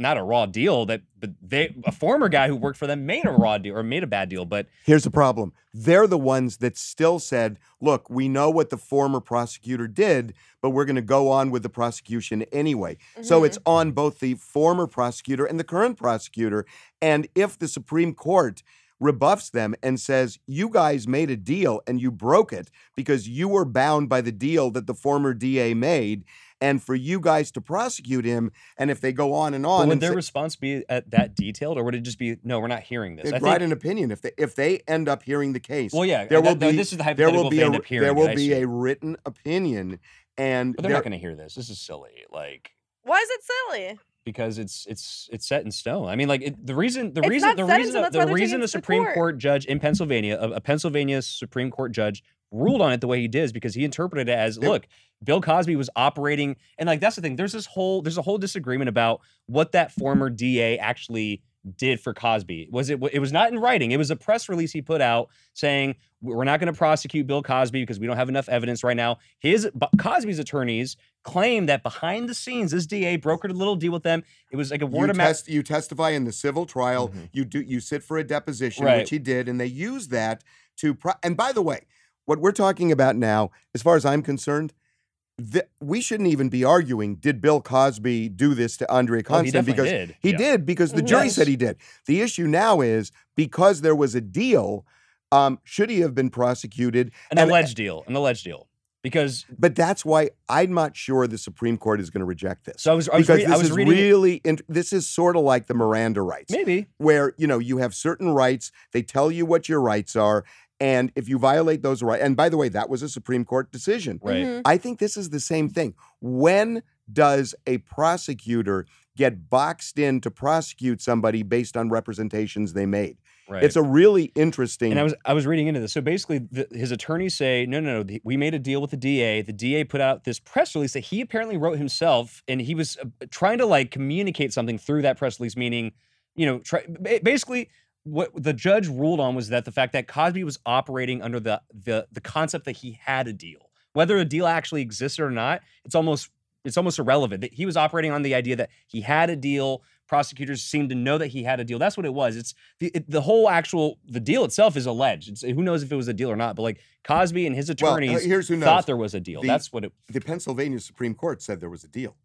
Speaker 3: not a raw deal that but they a former guy who worked for them made a raw deal or made a bad deal. But
Speaker 2: Here's the problem. They're the ones that still said, look, we know what the former prosecutor did, but we're going to go on with the prosecution anyway. So
Speaker 4: Mhm.
Speaker 2: it's on both the former prosecutor and the current prosecutor. And if the Supreme Court rebuffs them and says, you guys made a deal and you broke it because you were bound by the deal that the former DA made, and for you guys to prosecute him, and if they go on and
Speaker 3: But
Speaker 2: on,
Speaker 3: would
Speaker 2: and
Speaker 3: their
Speaker 2: say-
Speaker 3: response be at that detailed, or would it just be no? We're not hearing this.
Speaker 2: they'd
Speaker 3: I
Speaker 2: write
Speaker 3: think.
Speaker 2: an opinion if they if they end up hearing the case.
Speaker 3: Well, yeah.
Speaker 2: there
Speaker 3: that-
Speaker 2: will
Speaker 3: that-
Speaker 2: be-
Speaker 3: This is the
Speaker 2: there
Speaker 3: hypothetical
Speaker 2: will be
Speaker 3: they
Speaker 2: a
Speaker 3: end up hearing.
Speaker 2: there will
Speaker 3: I
Speaker 2: be
Speaker 3: see.
Speaker 2: a written opinion, and
Speaker 3: But they're not
Speaker 2: there-
Speaker 3: going to hear this. This is silly. Like
Speaker 4: Why is it silly?
Speaker 3: because it's it's it's set in stone. I mean, like it, the reason the
Speaker 4: It's
Speaker 3: reason
Speaker 4: not
Speaker 3: the
Speaker 4: set in
Speaker 3: reason
Speaker 4: stone, that's why
Speaker 3: the
Speaker 4: they're taking
Speaker 3: reason
Speaker 4: it
Speaker 3: the
Speaker 4: to the
Speaker 3: Supreme
Speaker 4: court.
Speaker 3: Court judge in Pennsylvania, a, a Pennsylvania Supreme Court judge, ruled on it the way he did is because he interpreted it as
Speaker 2: They-
Speaker 3: look, Bill Cosby was operating, and like that's the thing. There's this whole there's a whole disagreement about what that former DA actually did for Cosby. Was it it was not in writing. It was a press release he put out saying we're not going to prosecute Bill Cosby because we don't have enough evidence right now. His but Cosby's attorneys claim that behind the scenes, this DA brokered a little deal with them. It was like a word
Speaker 2: you,
Speaker 3: of mouth. Mm-hmm.
Speaker 2: test, you testify in the civil trial. You do you sit for a deposition,
Speaker 3: Right.
Speaker 2: which he did, and they use that to. Pro- and by the way, what we're talking about now, as far as I'm concerned. th we shouldn't even be arguing. Did Bill Cosby do this to Andrea
Speaker 3: Oh, he
Speaker 2: Constant?
Speaker 3: definitely
Speaker 2: because
Speaker 3: did.
Speaker 2: He
Speaker 5: Yeah.
Speaker 2: did because the jury
Speaker 3: Yes.
Speaker 2: said he did. The issue now is because there was a deal, um, should he have been prosecuted?
Speaker 3: An alleged deal. An alleged deal. Because
Speaker 2: But that's why I'm not sure the Supreme Court is going to reject this.
Speaker 3: so I was I was,
Speaker 2: because
Speaker 3: rea-
Speaker 2: this
Speaker 3: I was
Speaker 2: is
Speaker 3: reading
Speaker 2: really int- this is sort of like the Miranda rights,
Speaker 3: maybe
Speaker 2: where you know you have certain rights. They tell you what your rights are, and if you violate those rights, and by the way, that was a Supreme Court decision.
Speaker 3: right.
Speaker 4: Mhm.
Speaker 2: I think this is the same thing. When does a prosecutor get boxed in to prosecute somebody based on representations they made?
Speaker 3: Right.
Speaker 2: Mm-hmm. It's a really interesting.
Speaker 3: And I was I was reading into this. So basically, the, his attorneys say, no, no, no. the- we made a deal with the DA. The DA put out this press release that he apparently wrote himself, and he was uh, trying to like communicate something through that press release. Meaning, you know, try, ba- basically, what the judge ruled on was that the fact that Cosby was operating under the the the concept that he had a deal, whether a deal actually existed or not, it's almost it's almost irrelevant. That he was operating on the idea that he had a deal. Prosecutors seemed to know that he had a deal. That's what it was. It's the it, the whole actual the deal itself is alleged. It's, who knows if it was a deal or not? But like Cosby and his
Speaker 2: well, uh,
Speaker 3: attorneys
Speaker 2: here's who knows.
Speaker 3: thought there was a deal.
Speaker 2: The-
Speaker 3: That's what it.
Speaker 2: the Pennsylvania Supreme Court said there was a deal.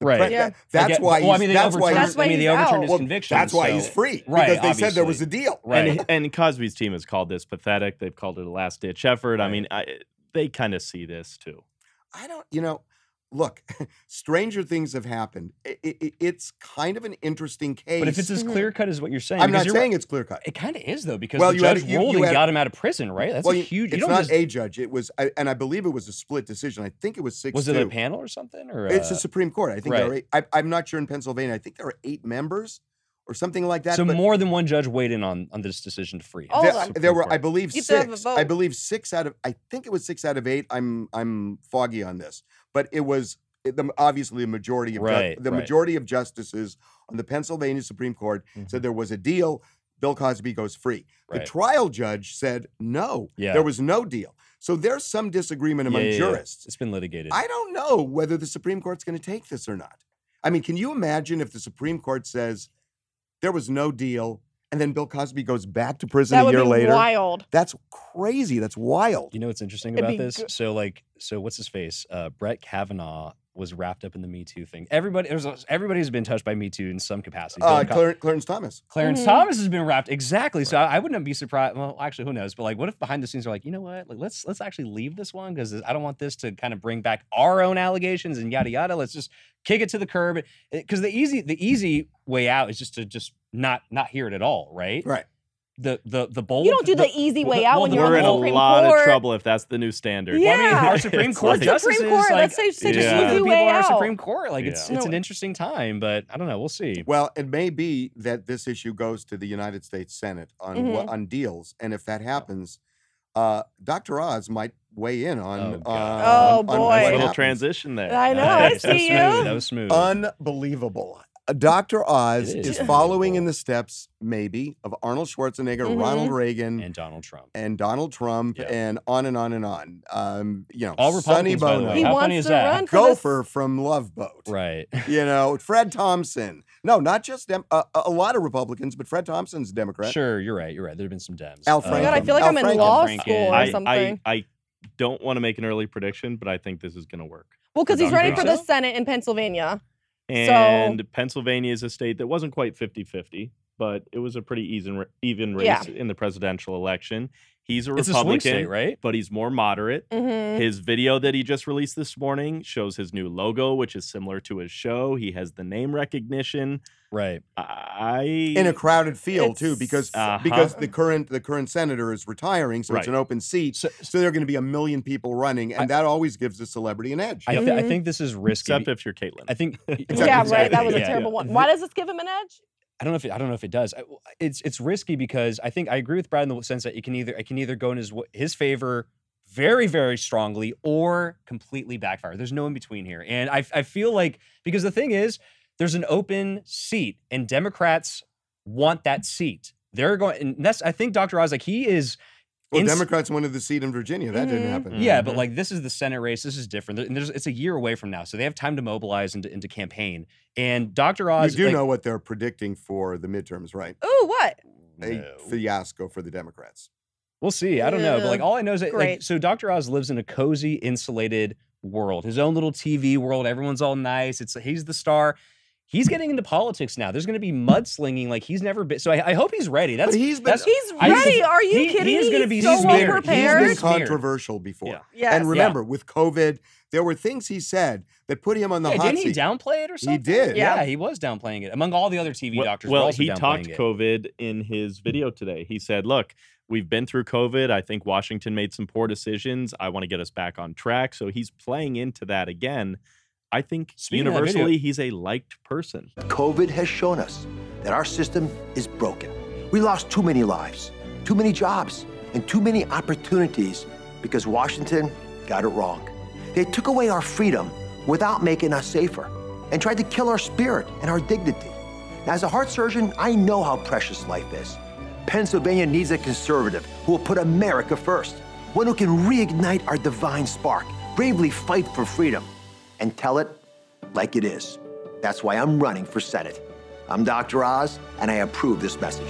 Speaker 3: Right.
Speaker 2: But
Speaker 4: Yeah.
Speaker 2: that- that's
Speaker 3: Again-
Speaker 2: why.
Speaker 3: Well, I
Speaker 2: he's-
Speaker 3: mean, they
Speaker 2: that's why.
Speaker 3: overturned-
Speaker 2: he's-
Speaker 4: That's why
Speaker 3: I mean, they
Speaker 4: he's
Speaker 3: overturned
Speaker 4: out.
Speaker 3: his
Speaker 2: well,
Speaker 3: conviction.
Speaker 2: That's why
Speaker 3: so-
Speaker 2: he's free because
Speaker 3: Right,
Speaker 2: they said there
Speaker 3: obviously.
Speaker 2: was a deal.
Speaker 3: Right.
Speaker 5: And, and Cosby's team has called this pathetic. They've called it a last ditch effort. I
Speaker 3: Right.
Speaker 5: mean, I, they kind of see this too.
Speaker 2: I don't, you know, look, stranger things have happened. I- I- I- it's kind of an interesting case.
Speaker 3: But if it's as clear cut as what you're saying,
Speaker 2: I'm not
Speaker 3: because you're-
Speaker 2: saying it's clear cut.
Speaker 3: It kind of is though, because
Speaker 2: Well,
Speaker 3: the
Speaker 2: you had-
Speaker 3: judge
Speaker 2: you-
Speaker 3: ruled
Speaker 2: you
Speaker 3: and
Speaker 2: had-
Speaker 3: got him out of prison, right? That's
Speaker 2: well,
Speaker 3: a
Speaker 2: you-
Speaker 3: huge.
Speaker 2: It's
Speaker 3: you don't
Speaker 2: not
Speaker 3: just,
Speaker 2: a judge. It was, I, and I believe it was a split decision. I think it was six.
Speaker 3: was
Speaker 2: two.
Speaker 3: it a panel or something? Or
Speaker 2: It's
Speaker 3: uh,
Speaker 2: the Supreme Court. I think there
Speaker 3: right.
Speaker 2: are eight, I, I'm not sure in Pennsylvania. I think there are eight members or something like that.
Speaker 3: so
Speaker 2: but
Speaker 3: more than one judge weighed in on on this decision to free him.
Speaker 4: All
Speaker 2: there,
Speaker 4: of them.
Speaker 2: there were, I
Speaker 5: Supreme Court.
Speaker 2: believe,
Speaker 4: You have to have a
Speaker 2: six.
Speaker 4: vote.
Speaker 2: I believe six out of. I think it was six out of eight. I'm I'm foggy on this, but it was it- the, obviously a majority of ju-
Speaker 3: Right,
Speaker 2: the
Speaker 3: right.
Speaker 2: majority of justices on the Pennsylvania Supreme Court said there was a deal. Bill Cosby goes free. The
Speaker 3: Mm-hmm. Right.
Speaker 2: trial judge said no.
Speaker 3: Yeah.
Speaker 2: There was no deal. So there's some disagreement among
Speaker 3: Yeah, yeah, yeah.
Speaker 2: jurists.
Speaker 3: It's been litigated.
Speaker 2: I don't know whether the Supreme Court's going to take this or not. I mean, can you imagine if the Supreme Court says there was no deal and then Bill Cosby goes back to prison
Speaker 4: That
Speaker 2: a
Speaker 4: would
Speaker 2: year
Speaker 4: be
Speaker 2: later?
Speaker 4: wild.
Speaker 2: That's crazy. That's wild.
Speaker 3: You know what's interesting
Speaker 4: It'd
Speaker 3: about
Speaker 4: be
Speaker 3: this?
Speaker 4: good-
Speaker 3: So like, so what's his face? Uh, Brett Kavanaugh was wrapped up in the Me Too thing. Everybody, there's a- everybody's been touched by Me Too in some capacity.
Speaker 2: Uh,
Speaker 3: Bill Co-
Speaker 2: Clar- Clarence Thomas.
Speaker 3: Clarence
Speaker 4: Mhm.
Speaker 3: Thomas has been wrapped exactly. So I, I wouldn't be surprised. Well, actually, who knows? But like, what if behind the scenes are like, you know what? Like, let's let's actually leave this one because I don't want this to kind of bring back our own allegations and yada yada. Let's just kick it to the curb because the easy the easy way out is just to just not not hear it at all, right?
Speaker 2: Right.
Speaker 3: The the the bold.
Speaker 4: You don't do the,
Speaker 3: the-
Speaker 4: easy
Speaker 3: well,
Speaker 4: way
Speaker 3: the-
Speaker 4: out
Speaker 3: well,
Speaker 4: when
Speaker 3: the-
Speaker 4: you're on
Speaker 5: We're
Speaker 4: the
Speaker 5: in a
Speaker 4: Supreme
Speaker 5: lot
Speaker 4: Court.
Speaker 5: of trouble if that's the new standard.
Speaker 4: Yeah.
Speaker 3: Well, I mean, our
Speaker 4: It's
Speaker 3: Supreme
Speaker 5: like-
Speaker 3: Court
Speaker 5: Supreme
Speaker 3: justices,
Speaker 4: Court,
Speaker 3: like,
Speaker 4: let's say- say
Speaker 5: just
Speaker 3: leave
Speaker 5: leave
Speaker 3: the
Speaker 4: the
Speaker 3: people
Speaker 4: way
Speaker 3: on our
Speaker 4: out.
Speaker 3: Supreme Court. Like it's
Speaker 5: Yeah.
Speaker 3: it's
Speaker 4: No.
Speaker 3: an interesting time, but I don't know. We'll see.
Speaker 2: Well, it may be that this issue goes to the United States Senate on
Speaker 4: Mm-hmm.
Speaker 2: what on deals, and if
Speaker 3: Oh.
Speaker 2: that happens, uh, Dr. Oz might weigh in on.
Speaker 3: Oh,
Speaker 2: uh,
Speaker 3: God.
Speaker 2: on-
Speaker 4: Oh,
Speaker 2: on
Speaker 4: boy.
Speaker 2: what
Speaker 5: Little
Speaker 2: happens.
Speaker 5: transition there.
Speaker 4: I know, E
Speaker 3: Nice.
Speaker 4: I see
Speaker 3: that was
Speaker 4: you.
Speaker 3: smooth. That was smooth.
Speaker 2: Unbelievable. uh, Dr. Oz
Speaker 3: It
Speaker 2: is,
Speaker 3: is
Speaker 2: following in
Speaker 3: unbelievable.
Speaker 2: the steps, maybe, of Arnold Schwarzenegger,
Speaker 4: Mhm.
Speaker 2: Ronald Reagan, and,
Speaker 3: and Donald Trump.
Speaker 2: Donald Trump,
Speaker 3: Yeah.
Speaker 2: and on and on and on. Um, you know,
Speaker 3: All
Speaker 2: Sonny
Speaker 3: Republicans, by the
Speaker 2: Bono,
Speaker 3: way.
Speaker 4: He
Speaker 3: How
Speaker 4: wants
Speaker 3: funny is
Speaker 4: to
Speaker 3: that?
Speaker 4: run for this-
Speaker 2: Gopher from Love Boat,
Speaker 3: Right.
Speaker 2: you know, Fred Thompson. No, not just dem- uh, a lot of Republicans, but Fred Thompson's a Democrat.
Speaker 3: Sure, you're right. You're right. There have been some Dems. Um,
Speaker 2: Al
Speaker 4: Oh my God, I
Speaker 2: Franken.
Speaker 4: feel like
Speaker 2: Al
Speaker 4: I'm in
Speaker 2: Franken.
Speaker 4: law
Speaker 3: Franken.
Speaker 4: school or
Speaker 5: I,
Speaker 4: something.
Speaker 5: I, I don't want to make an early prediction, but I think this is going to work.
Speaker 4: well, because he's
Speaker 5: Dr.
Speaker 4: running for the
Speaker 3: Oz.
Speaker 4: Senate in Pennsylvania.
Speaker 5: And Pennsylvania is a state that wasn't quite 50 50, but it was a pretty even, even race
Speaker 4: Yeah.
Speaker 5: in the presidential election. He's a
Speaker 3: It's a
Speaker 5: Republican,
Speaker 3: swing state, right?
Speaker 5: but he's more moderate.
Speaker 4: Mm-hmm.
Speaker 5: His video that he just released this morning shows his new logo, which is similar to his show. He has the name recognition.
Speaker 3: Right.
Speaker 5: I
Speaker 2: in a crowded field too,
Speaker 4: It's-
Speaker 2: because
Speaker 5: Uh-huh.
Speaker 2: because the current the current senator is retiring, so it's an
Speaker 5: Right.
Speaker 2: open seat. So,
Speaker 3: So-
Speaker 2: there are going to be a million people running, and
Speaker 3: I-
Speaker 2: that always gives the celebrity an edge.
Speaker 3: I,
Speaker 4: Yep.
Speaker 3: thi- I
Speaker 4: Mhm.
Speaker 3: think this is risky.
Speaker 5: except if you're Caitlin.
Speaker 3: I think.
Speaker 4: Yeah,
Speaker 2: Exactly.
Speaker 4: right. That was a
Speaker 5: Yeah.
Speaker 4: terrible one. Why does this give him an edge?
Speaker 3: I don't know if it, I don't know if it does. I, it's it's risky because I think I agree with Brad in the sense that it can either it can either go in his w- his favor very very strongly or completely backfire. There's no in between here, and I I feel like because the thing is there's an open seat and Democrats want that seat. They're going and that's I think Dr. Oz like he is
Speaker 2: well,
Speaker 3: ins- Mm-hmm.
Speaker 2: Democrats wanted the seat in Virginia. That didn't
Speaker 4: Mhm.
Speaker 2: happen.
Speaker 3: yeah,
Speaker 5: Mhm.
Speaker 3: but like this is the Senate race. This is different. There- And there's it's a year away from now, so they have time to mobilize and to, and to campaign. And Dr.
Speaker 2: You
Speaker 3: Oz
Speaker 2: do
Speaker 3: like-
Speaker 2: know what they're predicting for the midterms, right?
Speaker 4: Ooh, what?
Speaker 2: A
Speaker 3: No.
Speaker 2: fiasco for the Democrats.
Speaker 3: We'll see. I don't know. But like
Speaker 4: Yeah.
Speaker 3: all I know is that like
Speaker 4: Great.
Speaker 3: so Dr. Oz lives in a cozy, insulated world, his own little TV world. Everyone's all nice. It's he's the star. He's getting into politics now. There's going to be mudslinging like he's never been. So I, I hope he's ready. That's
Speaker 2: but he's been
Speaker 3: that's-
Speaker 4: He's
Speaker 3: I-
Speaker 4: ready. Are you
Speaker 3: he- he
Speaker 4: kidding?
Speaker 3: is gonna be
Speaker 4: so
Speaker 2: he's
Speaker 4: well
Speaker 2: been,
Speaker 3: smeared. He's been
Speaker 4: prepared.
Speaker 2: He's been controversial before.
Speaker 5: Yeah.
Speaker 4: Yes.
Speaker 2: And remember, with COVID, there were things he said that put him on the
Speaker 3: yeah,
Speaker 2: hot
Speaker 3: didn't he
Speaker 2: seat.
Speaker 3: downplay it or something?
Speaker 2: did.
Speaker 3: Yeah.
Speaker 4: Yeah.
Speaker 3: he was downplaying it among all the other TV
Speaker 5: well,
Speaker 3: doctors. were
Speaker 5: well,
Speaker 3: also
Speaker 5: he talked
Speaker 3: downplaying it.
Speaker 5: COVID in his video today. He said, "Look, we've been through COVID. I think Washington made some poor decisions. I want to get us back on track." So he's playing into that again. I think
Speaker 3: Speaking of that video-
Speaker 5: universally he's a liked person.
Speaker 1: COVID has shown us that our system is broken. We lost too many lives, too many jobs, and too many opportunities because Washington got it wrong. They took away our freedom without making us safer and tried to kill our spirit and our dignity. Now, as a heart surgeon, I know how precious life is. Pennsylvania needs a conservative who will put America first, one who can reignite our divine spark, bravely fight for freedom, and tell it like it is. That's why I'm running for Senate. I'm Dr. Oz, and I approve this message.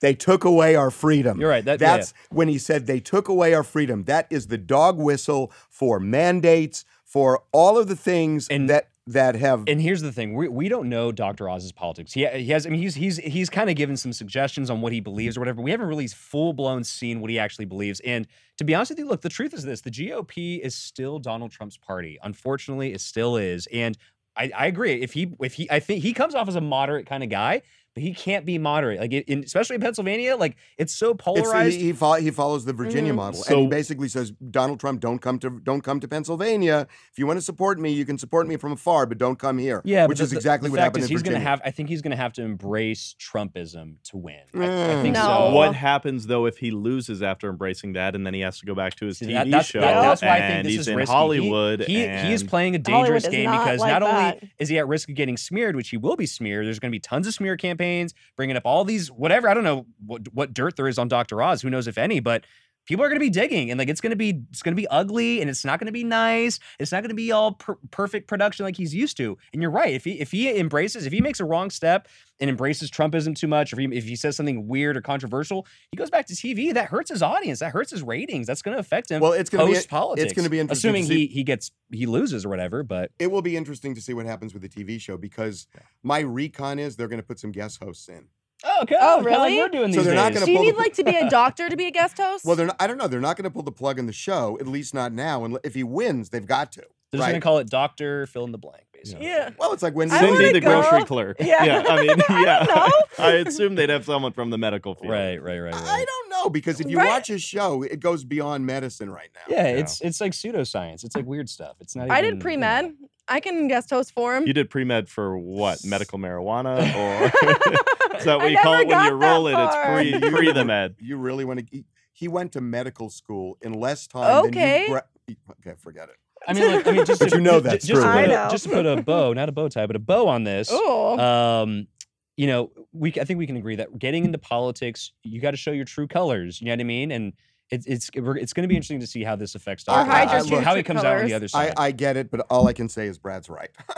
Speaker 2: They took away our freedom.
Speaker 3: You're right, that- yeah,
Speaker 2: That's when he said they took away our freedom. That is the dog whistle for mandates, for all of the things
Speaker 3: And-
Speaker 2: that that have.
Speaker 3: And here's the thing: we, we don't know Dr. Oz's politics. He he has. I mean, he's he's he's kind of given some suggestions on what he believes or whatever. But we haven't really full blown seen what he actually believes. And to be honest with you, look, the truth is this: the GOP is still Donald Trump's party. Unfortunately, it still is. And I, I agree. If he if he I think he comes off as a moderate kind of guy, but he can't be moderate. Like in, especially in Pennsylvania, like it's so
Speaker 2: it's- uh,
Speaker 3: polarized. Mm-hmm.
Speaker 2: he, he, fo- he follows the Virginia
Speaker 4: Mhm.
Speaker 2: model, and
Speaker 5: So-
Speaker 2: he basically says, "Donald Trump, don't come to don't come to Pennsylvania. If you want to support me, you can support me from afar, but don't come here."
Speaker 3: Yeah, but
Speaker 2: which
Speaker 3: the-
Speaker 2: is
Speaker 3: the-
Speaker 2: exactly
Speaker 3: the
Speaker 2: what
Speaker 3: fact
Speaker 2: happened
Speaker 3: is
Speaker 2: in
Speaker 3: he's
Speaker 2: Virginia.
Speaker 3: Gonna have, I think he's going to have to embrace Trumpism to win. I, I
Speaker 2: Mm.
Speaker 3: think
Speaker 4: No.
Speaker 3: so.
Speaker 5: What happens though if he loses after embracing that, and then he has to go back to his
Speaker 3: See,
Speaker 5: TV
Speaker 3: that- that's,
Speaker 5: show?
Speaker 3: that- that's why I think
Speaker 5: and
Speaker 3: this
Speaker 5: he's
Speaker 3: is
Speaker 5: in
Speaker 3: risky. He-
Speaker 5: Hollywood.
Speaker 3: He, he is
Speaker 5: and-
Speaker 3: playing a
Speaker 4: Hollywood
Speaker 3: dangerous
Speaker 4: does
Speaker 3: game
Speaker 4: not
Speaker 3: because
Speaker 4: like
Speaker 3: not
Speaker 4: that.
Speaker 3: only is he at risk of getting smeared, which he will be smeared. There's going to be tons of smear campaigns, bringing up all these whatever. I don't know what what dirt there is on Dr. Oz. Who knows if any? But people are going to be digging, and like it's going to be it's going to be ugly, and it's not going to be nice. It's not going to be all per- perfect production like he's used to. And you're right. If he if he embraces, if he makes a wrong step and embraces Trumpism too much, or if he, if he says something weird or controversial, he goes back to TV. That hurts his audience. That hurts his ratings. That's going to affect him
Speaker 2: well, it's going to be
Speaker 3: post politics.
Speaker 2: it's going to be interesting.
Speaker 3: Assuming
Speaker 2: to see.
Speaker 3: he he gets he loses or whatever, but
Speaker 2: it will be interesting to see what happens with the TV show because my recon is they're going to put some guest hosts in.
Speaker 3: oh, okay,
Speaker 4: Oh, kinda like really? we're
Speaker 3: doing
Speaker 2: So these they're not days. gonna
Speaker 4: Do you
Speaker 2: pull
Speaker 4: need
Speaker 2: the-
Speaker 4: like to be a doctor to be a guest host?
Speaker 2: Well, they're not, I don't know. They're not going to pull the plug in the show, at least not now. And if he wins, they've got to.
Speaker 3: They're just
Speaker 2: right?
Speaker 3: gonna call it Doctor Fill in the Blank, basically.
Speaker 4: yeah.
Speaker 2: well, it's like when
Speaker 4: I
Speaker 5: Cindy
Speaker 4: wanna
Speaker 5: the
Speaker 4: go.
Speaker 5: grocery clerk.
Speaker 4: Yeah.
Speaker 5: I mean,
Speaker 4: I don't
Speaker 5: yeah.
Speaker 4: know.
Speaker 5: I assume they'd have someone from the medical field.
Speaker 3: Right, right, right,
Speaker 2: I
Speaker 3: right.
Speaker 2: don't know because if you
Speaker 4: Right.
Speaker 2: watch his show, it goes beyond medicine right now.
Speaker 3: Yeah, it's it's like pseudoscience. It's like weird stuff. It's not.
Speaker 4: I
Speaker 3: even,
Speaker 4: did pre med. I can guest host for him.
Speaker 5: You did pre med for what? Medical marijuana, or is that
Speaker 4: I
Speaker 5: what you call
Speaker 4: never
Speaker 5: it when
Speaker 4: got
Speaker 5: you roll
Speaker 4: that
Speaker 5: it? It's
Speaker 4: far.
Speaker 5: pre pre the med.
Speaker 2: You really want to. He, he went to medical school in less time. Than
Speaker 4: Okay.
Speaker 2: you gra- okay, forget it.
Speaker 3: I mean, like, I mean, just
Speaker 2: But
Speaker 3: to,
Speaker 2: you know
Speaker 3: ju-
Speaker 2: that's true.
Speaker 3: just, To
Speaker 4: I
Speaker 3: put
Speaker 4: know.
Speaker 3: A, just to put a bow, not a bow tie, but a bow on this.
Speaker 4: Oh,
Speaker 5: uh,
Speaker 3: Um, you know, we I think we can agree that getting into politics, you got to show your true colors. You know what I mean? And it's it's we're- it's going to be interesting to see how this affects
Speaker 2: Or
Speaker 3: Donald Trump,
Speaker 2: hide your
Speaker 3: how-
Speaker 2: true-
Speaker 3: how
Speaker 4: true
Speaker 3: he comes out on
Speaker 4: colours.
Speaker 3: the other side.
Speaker 2: I, I get it, but all I can say is Brad's right.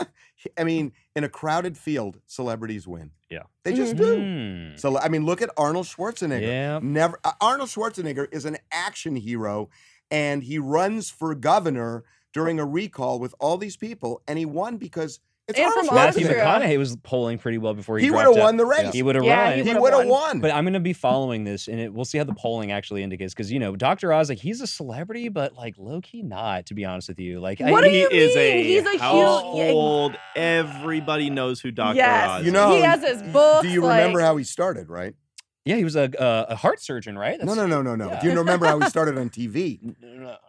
Speaker 2: I mean, in a crowded field, celebrities win.
Speaker 5: Yeah.
Speaker 2: They just
Speaker 4: Mm-hmm.
Speaker 2: do.
Speaker 3: Hmm.
Speaker 2: So I mean, look at Arnold Schwarzenegger.
Speaker 3: Yeah.
Speaker 2: Never uh, Arnold Schwarzenegger is an action hero and he runs for governor during a recall with all these people and he won because it's
Speaker 4: And
Speaker 2: Arnold
Speaker 4: from Well,
Speaker 3: Matthew
Speaker 4: that's true.
Speaker 2: Schwarzenegger.
Speaker 3: McConaughey was polling pretty well before he,
Speaker 2: He would
Speaker 3: dropped
Speaker 2: have
Speaker 3: out.
Speaker 2: won the race.
Speaker 3: He would have
Speaker 4: Yeah,
Speaker 3: run.
Speaker 4: he
Speaker 2: He
Speaker 4: would've
Speaker 2: would have
Speaker 4: won.
Speaker 2: won.
Speaker 3: But I'm going to be following this, and it, we'll see how the polling actually indicates. Because you know, Dr. Oz, like he's a celebrity, but like low key not. To be honest with you, like
Speaker 4: What do
Speaker 3: I,
Speaker 5: he
Speaker 4: you
Speaker 5: is
Speaker 4: mean?
Speaker 5: a
Speaker 4: He's a huge-
Speaker 5: household. Everybody knows who Doctor
Speaker 4: Yes.
Speaker 5: Oz.
Speaker 2: You know-
Speaker 4: he has his books.
Speaker 2: Do you
Speaker 4: like-
Speaker 2: remember how he started, right?
Speaker 3: yeah, he was a uh, a, a heart surgeon, right?
Speaker 2: No, no, no, no, no.
Speaker 3: yeah.
Speaker 2: Do you remember how he started on TV?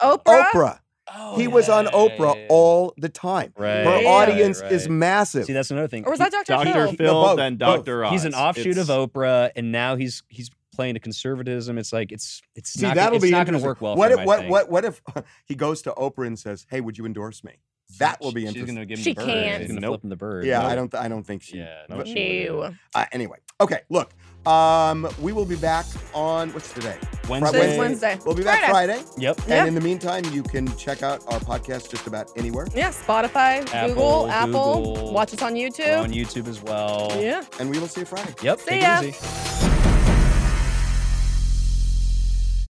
Speaker 4: Oprah?
Speaker 2: Oprah.
Speaker 3: Oh,
Speaker 2: he was
Speaker 3: yeah,
Speaker 2: on
Speaker 3: yeah,
Speaker 2: Oprah
Speaker 3: yeah, yeah.
Speaker 2: all the time.
Speaker 3: Right,
Speaker 2: Her
Speaker 4: Yeah.
Speaker 2: audience is
Speaker 3: right.
Speaker 2: massive.
Speaker 3: See, that's another thing.
Speaker 4: Or was that
Speaker 3: He-
Speaker 4: Dr.
Speaker 5: Doctor
Speaker 4: Phil?
Speaker 5: Phil,
Speaker 2: both,
Speaker 5: then
Speaker 2: both.
Speaker 5: Doctor Oz.
Speaker 3: He's an offshoot
Speaker 5: It's-
Speaker 3: of Oprah, and now he's he's playing to conservatism. It's like it's it's
Speaker 2: See,
Speaker 3: not gonna-
Speaker 2: that'll
Speaker 3: it's
Speaker 2: be
Speaker 3: not going to
Speaker 2: interesting.
Speaker 3: work well.
Speaker 2: What
Speaker 3: for
Speaker 2: if
Speaker 3: him, I
Speaker 2: what,
Speaker 3: think.
Speaker 2: what what if he goes to Oprah and says, "Hey, would you endorse me?" That will be
Speaker 3: She's
Speaker 2: interesting.
Speaker 3: gonna give him
Speaker 4: She
Speaker 3: the bird.
Speaker 4: can't.
Speaker 3: She's going to
Speaker 5: Nope.
Speaker 3: flip him the bird.
Speaker 2: yeah,
Speaker 3: Nope.
Speaker 2: I don't. I don't think she.
Speaker 3: Yeah,
Speaker 5: no,
Speaker 2: but-
Speaker 5: she
Speaker 4: No.
Speaker 2: uh, anyway, okay. Look, um, we will be back on what's today?
Speaker 3: Wednesday.
Speaker 4: Today's Wednesday.
Speaker 2: We'll be back
Speaker 4: Friday.
Speaker 2: Friday.
Speaker 3: Yep.
Speaker 4: Yeah.
Speaker 2: And in the meantime, you can check out our podcast just about anywhere.
Speaker 4: Yeah, Spotify,
Speaker 3: Apple,
Speaker 4: Google, Apple.
Speaker 3: Google.
Speaker 4: Watch us on
Speaker 3: We're
Speaker 4: YouTube.
Speaker 3: on YouTube as well.
Speaker 4: Yeah.
Speaker 2: And we will see you Friday.
Speaker 3: Yep.
Speaker 4: See
Speaker 3: take it
Speaker 4: ya.
Speaker 3: easy.